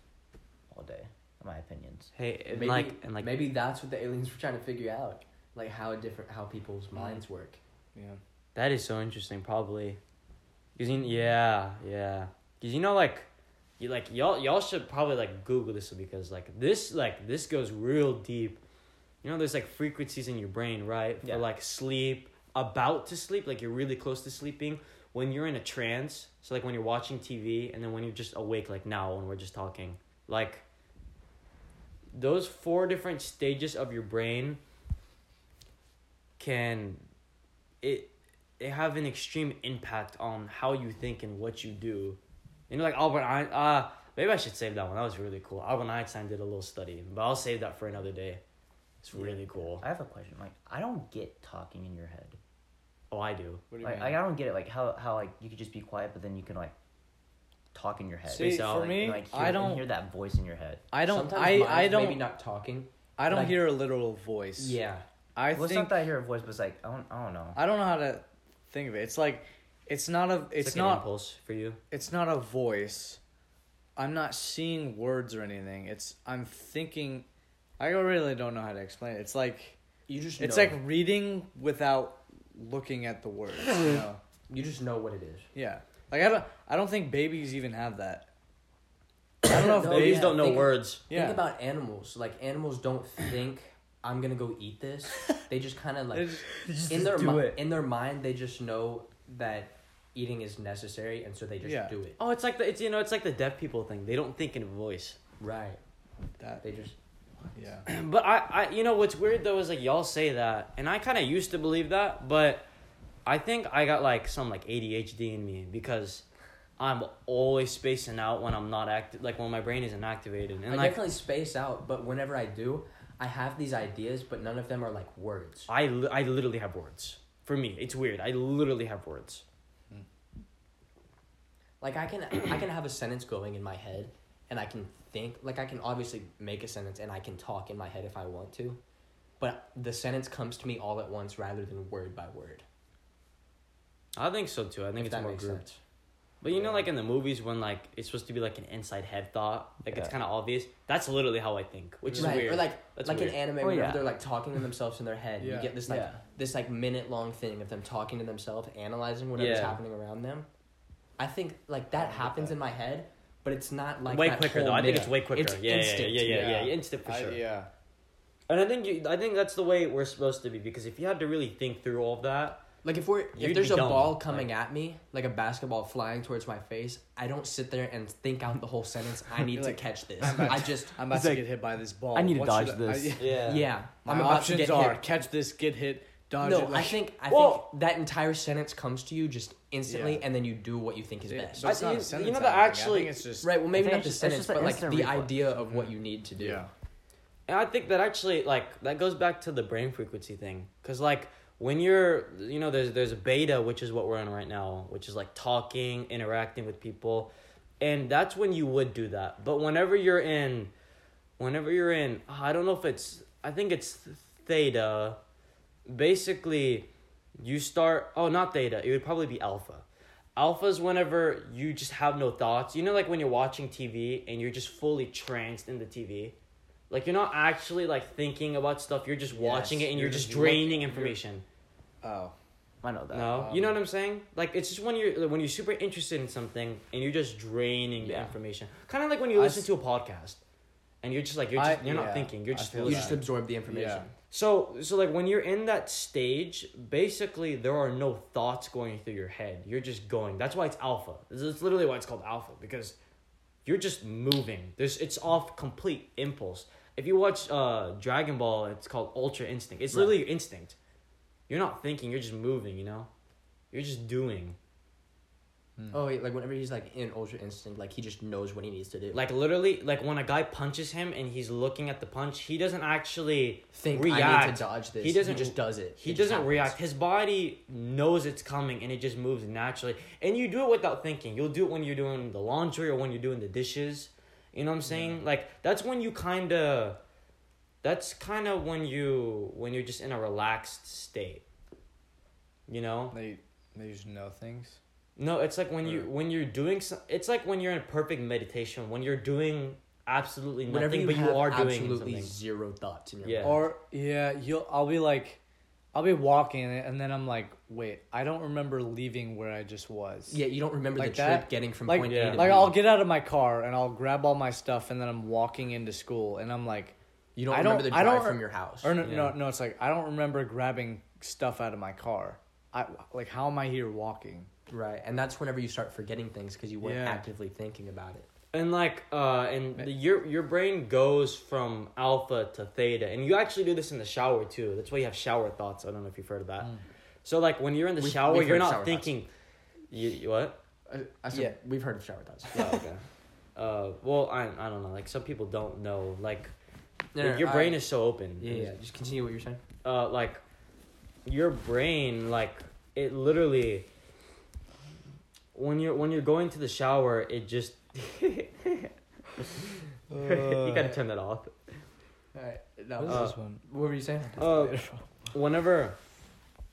all day. My opinions.
Hey, and
Maybe,
like and like
maybe that's what the aliens were trying to figure out, like how different how
Mm.
people's minds work.
Yeah.
That is so interesting, probably. Cause you, yeah, yeah. Cause you know, like, you like y'all y'all should probably like Google this because like this like this goes real deep. You know, there's like frequencies in your brain, right? For
Yeah.
like sleep, about to sleep, like you're really close to sleeping. When you're in a trance, so like when you're watching TV, and then when you're just awake, like now when we're just talking, like those four different stages of your brain can it they have an extreme impact on how you think and what you do. You know, like Albert Einstein. Uh, maybe I should save that one. That was really cool. Albert Einstein did a little study, but I'll save that for another day. It's really cool.
I have a question. Like, I don't get talking in your head.
Oh, I do.
What do you
Like,
mean?
I don't get it. Like, how how like you could just be quiet, but then you can like talk in your head.
See,
Space out,
for
like-
me,
and, like hear,
I
and
don't,
hear that voice in your head.
I don't,
Sometimes
I,
mine's
I don't,
maybe not talking.
I don't
like-
hear a literal voice.
Yeah,
I
Well, it's
think
not that I hear a voice, but it's like I don't I don't know.
I don't know how to think of it. It's like, it's not a,
It's,
it's,
like an
not,
impulse for you.
it's not a voice. I'm not seeing words or anything. It's I'm thinking. I really don't know how to explain it. It's like
you just
it's
know.
like reading without looking at the words. You know?
you just know what it is.
Yeah. Like I don't. I don't think babies even have that. I don't know if
No,
babies.
Babies
yeah.
don't know
Think-
words.
Yeah.
Think about animals. Like animals don't think I'm gonna go eat this. They just kind of
They
like
just-
in their
do
mi-
it.
in their mind they just know that eating is necessary, and so they just
Yeah.
do it.
Oh, it's like the it's you know it's like the deaf people thing. They don't think in voice.
Right.
that.
They just
Yeah.
But I, I, you know what's weird though is like y'all say that, and I kind of used to believe that, but I think I got like some like ADHD in me because I'm always spacing out when I'm not active, like when my brain isn't activated, and
I
like
definitely space out, but whenever I do, I have these ideas, but none of them are like words.
I, li- I literally have words. For me, it's weird. I literally have words.
Like I can I can have a sentence going in my head, and I can think like I can obviously make a sentence and I can talk in my head if I want to, but the sentence comes to me all at once rather than word by word.
I think so too. I think
If
it's
that
more
makes
grouped.
sense.
But you know,
Yeah.
like in the movies, when like it's supposed to be like an inside head thought, like it's
Yeah.
kind of obvious. That's literally how I think, which is
right.
weird.
Or like
That's
like
weird.
in anime,
Oh,
whenever
yeah.
they're like talking to themselves in their head,
Yeah.
you get this like
Yeah.
this like minute long thing of them talking to themselves, analyzing whatever's
Yeah.
happening around them. I think like that
I get
happens
that.
in my head, but it's not like
way
that
quicker
whole
though. I think
minute.
it's way quicker.
It's
yeah,
instant.
yeah, yeah, yeah, yeah,
Yeah.
Instant for
I-
sure.
yeah.
And I think you, I think that's the way we're supposed to be because if you had to really think through all of that,
Like if we're
You'd
if there's
be
a
dumb,
ball coming at me, like a basketball flying towards my face, I don't sit there and think out the whole sentence. I need to
like,
catch this.
I'm about
I just
I'm about
It's
to
like,
get hit by this ball.
I need to
What
dodge
should
this.
yeah.
yeah,
yeah.
My
I'm about to
options
get
are
hit.
catch this, get hit, dodge
No,
it.
I
like-
think I
Well-
think that entire sentence comes to you just instantly,
Yeah.
and then you do what you think is best.
But it's
I-
not a
you- you
sentence,
know that
I don't think. I
actually-
think it's just
Right. Well,
I
maybe
think
not the
it's just- it's
sentence,
just an
but like the
instant reflex.
idea of
Mm-hmm.
what you need to do.
Yeah.
And I think that actually like that goes back to the brain frequency thing cuz like when you're you know there's there's beta which is what we're in right now, which is like talking, interacting with people. And that's when you would do that. But whenever you're in whenever you're in I don't know if it's I think it's theta basically you start oh not theta, it would probably be alpha. Alpha is whenever you just have no thoughts. You know like when you're watching TV and you're just fully tranced in the TV. Like you're not actually like thinking about stuff. You're just watching it and you're,
you're
just
just looking-
draining
you're-
information.
Oh.
I know that.
no,
um,
you know what I'm saying? Like it's just when you're when you're super interested in something and you're just draining the
Yeah.
information. Kind of like when you
I
listen
s-
to a podcast, and you're just like you're just,
I-
you're
yeah,
not thinking. You're
I
just
feel
You
listening.
just absorb the information.
Yeah.
So so like when you're in that stage, basically there are no thoughts going through your head. You're just going. That's why it's alpha. This is literally why it's called alpha because you're just moving. There's it's off complete impulse. If you watch uh Dragon Ball, it's called Ultra Instinct. It's literally your instinct. You're not thinking, you're just moving, you know? You're just doing. Hmm.
Oh, yeah, like whenever he's like in Ultra Instinct, like he just knows what he needs to do.
Like literally like when a guy punches him and he's looking at the punch, he doesn't actually
think I need
react.
to dodge this.
He doesn't-
just does it.
He
It just
doesn't
happens.
react. His body knows it's coming and it just moves naturally. And you do it without thinking. You'll do it when you're doing the laundry or when you're doing the dishes. You know what I'm saying? Like that's when you kind of that's kind of when you when you're just in a relaxed state. You know?
They they just know things.
No, it's like when you
Or-
when you're doing so, it's like when you're in perfect meditation, when you're doing absolutely nothing
Whenever you
but you
have
are doing
absolutely
something.
zero thoughts in your
Yeah.
mind.
Or yeah, you'll I'll be like I'll be walking in it, and then I'm like, wait, I don't remember leaving where I just was.
Yeah, you don't remember
Like
the
that?
trip getting from
like,
point A
Yeah.
to
like
B.
I'll get out of my car and I'll grab all my stuff, and then I'm walking into school, and I'm like,
you don't
I don't-
remember the
I
drive
don't re-
from your house.
or no, no,
Yeah.
no, it's like I don't remember grabbing stuff out of my car. I like, how am I here walking?
Right, and that's whenever you start forgetting things because you weren't
Yeah.
actively thinking about it.
And like, uh, and the, your your brain goes from alpha to theta, and you actually do this in the shower too. That's why you have shower thoughts. I don't know if you've heard of that. So like, when you're in the
Mm. We've-
shower,
we've
you're
heard
not
shower thoughts.
thinking. You, you what?
I, I said, we've heard of shower thoughts.
Oh, okay. uh, well, I I don't know. Like some people don't know. Like
No,
like,
no,
your
I-
brain is so open.
Yeah, yeah. Just continue what you're saying.
Uh, like your brain, like it literally. When you're when you're going to the shower, it just. you gotta turn that off.
All right, no,
What is
uh,
this
one?
what were you saying?
Uh, whenever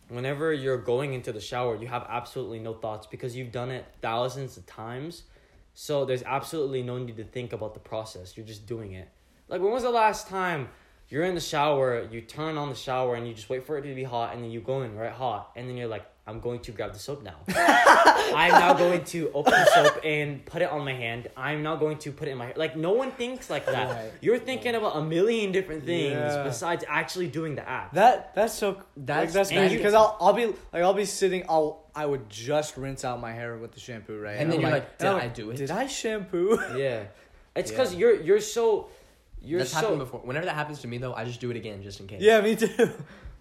whenever you're going into the shower you have absolutely no thoughts because you've done it thousands of times so there's absolutely no need to think about the process you're just doing it like when was the last time you're in the shower you turn on the shower and you just wait for it to be hot and then you go in right hot and then you're like i'm going to grab the soap now i'm now going to open the soap and put it on my hand i'm now going to put it in my like no one thinks like that
Right.
you're thinking about a million different things
Yeah.
besides actually doing the act
That that's so that's
That's-
like, that's
and
crazy
you-
because I'll I'll be like I'll be sitting I'll I would just rinse out my hair with the shampoo right
And then
I'm
you're like,
and I'm
"Did I do it?"
did I shampoo
Yeah, it's
Yeah.
because you're you're so you're
That's happened
so
before. Whenever that happens to me, though, I just do it again just in case.
yeah me too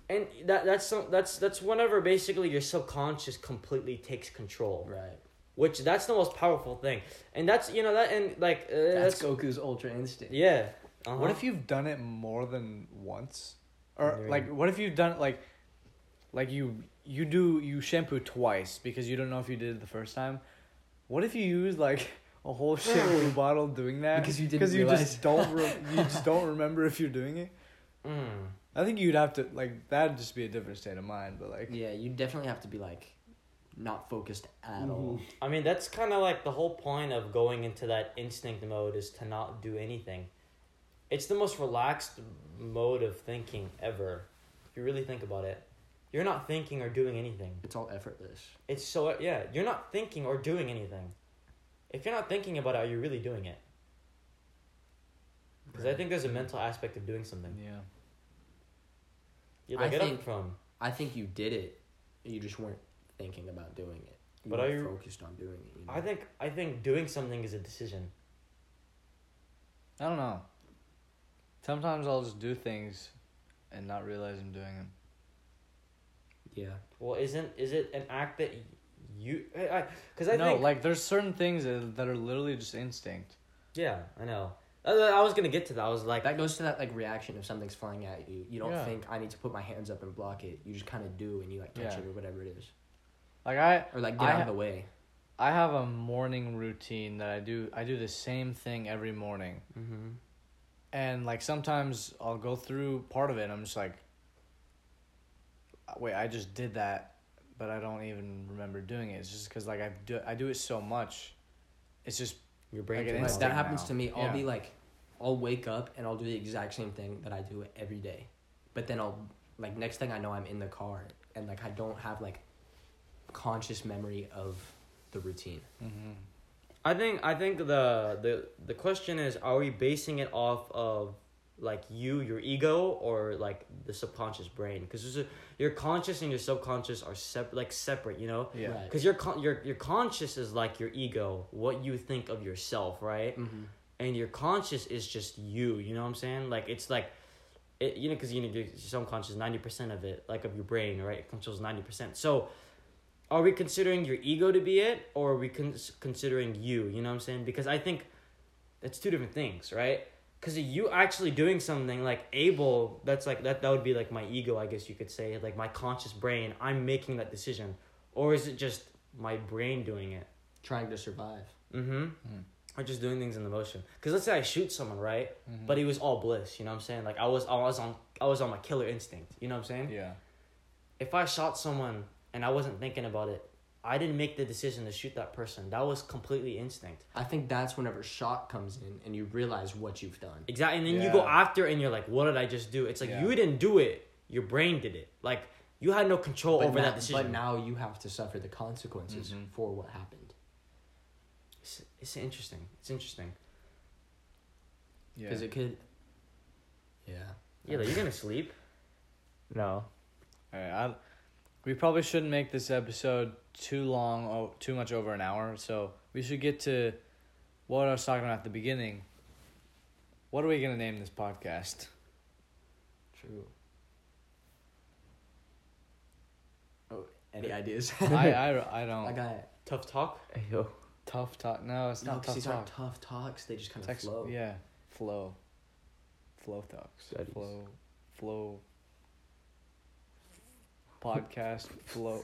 and that that's so, that's that's whenever basically your subconscious completely takes control,
Right.
which that's the most powerful thing, and that's you know that and like uh,
That's,
that's,
Goku's ultra instinct.
yeah. Uh-huh.
what if you've done it more than once or
Yeah.
like what if you've done it like like you you do you shampoo twice because you don't know if you did it the first time what if you use like a whole shampoo bottle doing that
Because you didn't
because you
realize.
just don't re- you just don't remember if you're doing it
Mm.
I think you'd have to like that'd just be a different state of mind but like
Yeah, you definitely have to be like, not focused at all.
I mean, that's kind of like the whole point of going into that instinct mode is to not do anything. It's the most relaxed mode of thinking ever. If you really think about it, you're not thinking or doing anything.
It's all effortless.
It's so yeah, you're not thinking or doing anything. If you're not thinking about it, are you really doing it? Because I think there's a mental aspect of doing something.
yeah
You're
I
like, get up
think-
from.
I think you did it. You just weren't thinking about doing it. You
But
were
I-
focused on doing it. You know?
I think I think doing something is a decision.
I don't know. Sometimes I'll just do things and not realize I'm doing them.
Yeah.
Well, isn't is it an act that you? I because I,
no,
think
like there's certain things that, that are literally just instinct.
yeah, I know. I, I was gonna get to that. I was like,
That goes to that like reaction if something's flying at you. You don't
Yeah.
think I need to put my hands up and block it. You just kind of do, and you like touch
Yeah.
it or whatever it is,
Like I
or like
I
get out
ha-
of the way.
I have a morning routine that I do I do the same thing every morning.
mm-hmm.
And like sometimes I'll go through part of it and I'm just like wait, I just did that, but I don't even remember doing it. It's just cuz like I do I do it so much. It's just
your brain.
Like an
can help.
Like,
instinct.
that happens
now.
to me. I'll
Yeah.
be like, I'll wake up and I'll do the exact same thing that I do every day, but then I'll like next thing I know I'm in the car and like I don't have like conscious memory of the routine.
mhm.
I think I think the the the question is: Are we basing it off of like you, your ego, or like the subconscious brain? Because your conscious and your subconscious are sep- like separate, you know.
Yeah.
Right.
Because your con- your your conscious is like your ego, what you think of yourself, right?
Mhm.
And your conscious is just you. You know what I'm saying? Like it's like, it you know because you know your subconscious ninety percent of it like of your brain, right? It controls ninety percent. So, are we considering your ego to be it, or are we con- considering you? You know what I'm saying? Because I think that's two different things, right? Because you actually doing something like able, that's like that that would be like my ego, I guess you could say, like my conscious brain. I'm making that decision or is it just my brain doing it?
Trying to survive.
Mm-hmm.
Mm.
Or just doing things in the motion. Cause let's say I shoot someone, right?
Mhm.
But it was all bliss. You know what I'm saying? Like I was, I was on, I was on my killer instinct. You know what I'm saying?
yeah.
If I shot someone and I wasn't thinking about it, I didn't make the decision to shoot that person. That was completely instinct.
I think that's whenever shock comes in and you realize what you've done.
Exactly. And then you go
Yeah.
after and you're like, what did I just do? It's like
Yeah.
you didn't do it. Your brain did it. Like You had no control
but
over
now,
that decision.
But now you have to suffer the consequences
Mhm.
for what happened.
it's, it's interesting. It's interesting.
Yeah.
Because it could. Yeah.
Yeah, you're gonna sleep.
No.
All right, I, we probably shouldn't make this episode too long, oh, too much over an hour. So we should get to what I was talking about at the beginning. What are we gonna name this podcast?
True. Oh, any ideas?
I, I, I don't.
I got
Tough talk.
Yo.
tough talk. No, it's
no.
not
'cause
tough
these
talk.
aren't tough talks. They just kind
It's
of
ex-
flow.
Yeah, flow. Flow talks.
Studies.
Flow. Flow. Podcast flow.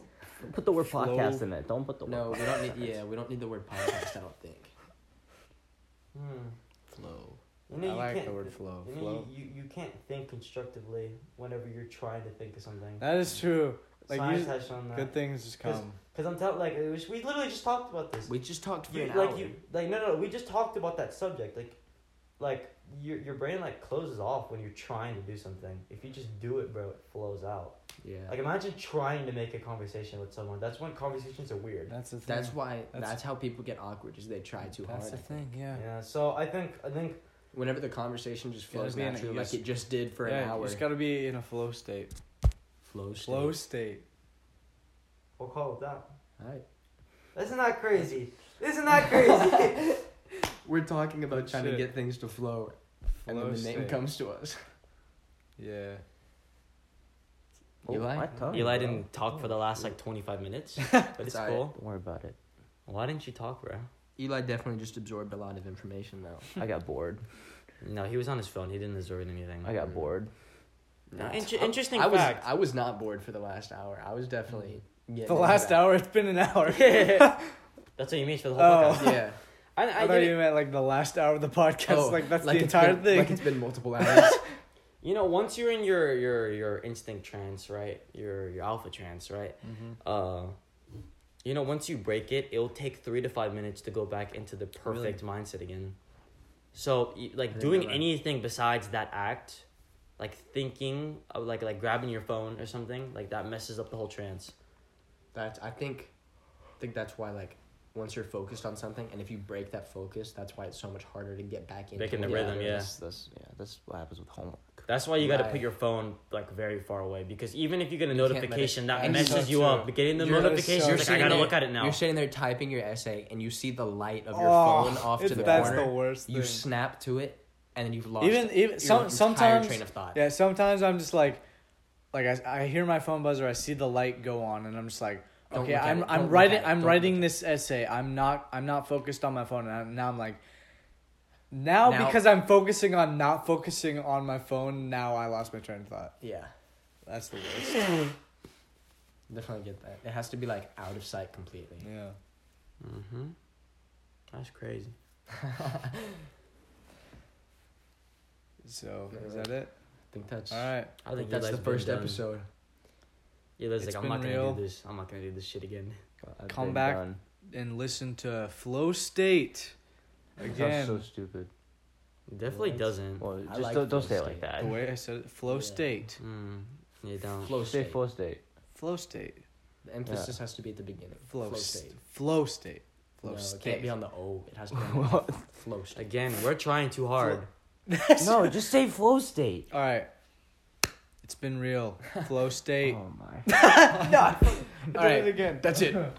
Put the word
Flow.
podcast in it. Don't put the
No,
word.
we don't need. Yeah, we don't need the word podcast. I don't think.
Hmm.
Flow.
You know,
I
you
like the
can't-
word flow.
You, know,
Flow.
You, you, you can't think constructively whenever you're trying to think of something.
That is true. like,
Science
you-
touched on
Good
that.
things just
Cause-
come.
Because I'm telling, like, it was- we literally just talked about this.
We just talked for
You-
an
like
hour.
you, like no, no, we just talked about that subject. Like, like your your brain like closes off when you're trying to do something. If you just do it, bro, it flows out.
yeah.
Like imagine trying to make a conversation with someone. That's when conversations are weird.
That's the thing.
that's why. That's,
That's-
how people get awkward. Is they try too
That's
hard.
the
I think.
thing. Yeah.
Yeah. So I think I think
Whenever the conversation just
Gotta
flows
be in it,
naturally,
you
like
just-
it just did for
yeah,
an
You
hour.
just gotta be in a flow state.
Flow. state.
Flow state.
we'll call it that.
All right.
Isn't that crazy? Isn't that crazy?
We're talking about trying
Shit.
to get things to flow, and
Flow
then the name
state.
comes to us.
Yeah.
Oh,
Eli?
my tongue,
Eli
bro.
didn't talk for the last like twenty five minutes, but it's
It's alright.
cool.
Don't worry about it.
Why didn't you talk, bro?
Eli definitely just absorbed a lot of information now.
I got bored.
No, he was on his phone. He didn't deserve anything.
I got bored.
No, inter- interesting
I was
fact.
I was not bored for the last hour. I was definitely getting
The
into
last
that.
hour, it's been an hour.
That's what you mean for the whole
Oh.
podcast.
Yeah.
I, I,
I thought
didn't-
you meant like the last hour of the podcast.
Oh,
like that's the
it's
entire
been-
thing.
Like it's been multiple hours.
You know, once you're in your your your instinct trance, right? Your your alpha trance, right?
Mm-hmm.
Uh, you know, once you break it, it'll take three to five minutes to go back into the perfect mindset again. So, you- like
didn't know
doing
that.
anything besides that act, like thinking, of, like like grabbing your phone or something, like that messes up the whole trance.
that's I think I think that's why like once you're focused on something and if you break that focus, that's why it's so much harder to get back into
Back in the
it.
rhythm, yeah.
That's, that's yeah. That's what happens with homework.
That's why you got to
Right.
put your phone like very far away because even if you get a
You can't let it-
notification, that
And
messes
so
you
true.
up. Getting the
You're-
notification,
so
like, I
sitting
gotta
there-
look at it now.
You're sitting there typing your essay and you see the light of your phone off
Oh, it's-
to the
that's
corner.
the worst
you
thing.
snap to it and then you've lost
even even
your
some
entire
sometimes
train of thought.
yeah sometimes I'm just like like I, I hear my phone buzz or I see the light go on and I'm just like
Don't
okay
look at
I'm
it. Don't
I'm
look
writing
at it.
I'm
Don't
writing
look
this essay I'm not I'm not focused on my phone and I, now I'm like now,
Now-
because I'm focusing on not focusing on my phone now I lost my train of thought
Yeah.
that's the worst
Definitely get that. It has to be like out of sight completely.
yeah
Mm-hmm. That's crazy.
so is that it
I think that's
all right
I think
that's
Eli's
the
been
first
done.
episode.
Yeah, Eli's
It's
like, I'm
been
not gonna
real.
do this. I'm not gonna do this shit again.
I've
Come
been
back
done.
and listen to Flow State
That sounds
again
so stupid.
It definitely
What?
doesn't.
Well,
I
just
like
don't, don't
flow
say it
state.
like that.
the way I said it Flow
Yeah.
State
Mm, you don't.
Flow
Say
state.
flow state.
Flow State
The emphasis has to be at the beginning.
Flow,
Flow,
st-
state.
Flow state. Flow
no,
state.
it can't be on the O. It has to be on the F. flow state.
Again, we're trying too hard.
no, just say flow state.
All right. It's been real. Flow state.
Oh my.
All right. Again.
That's it.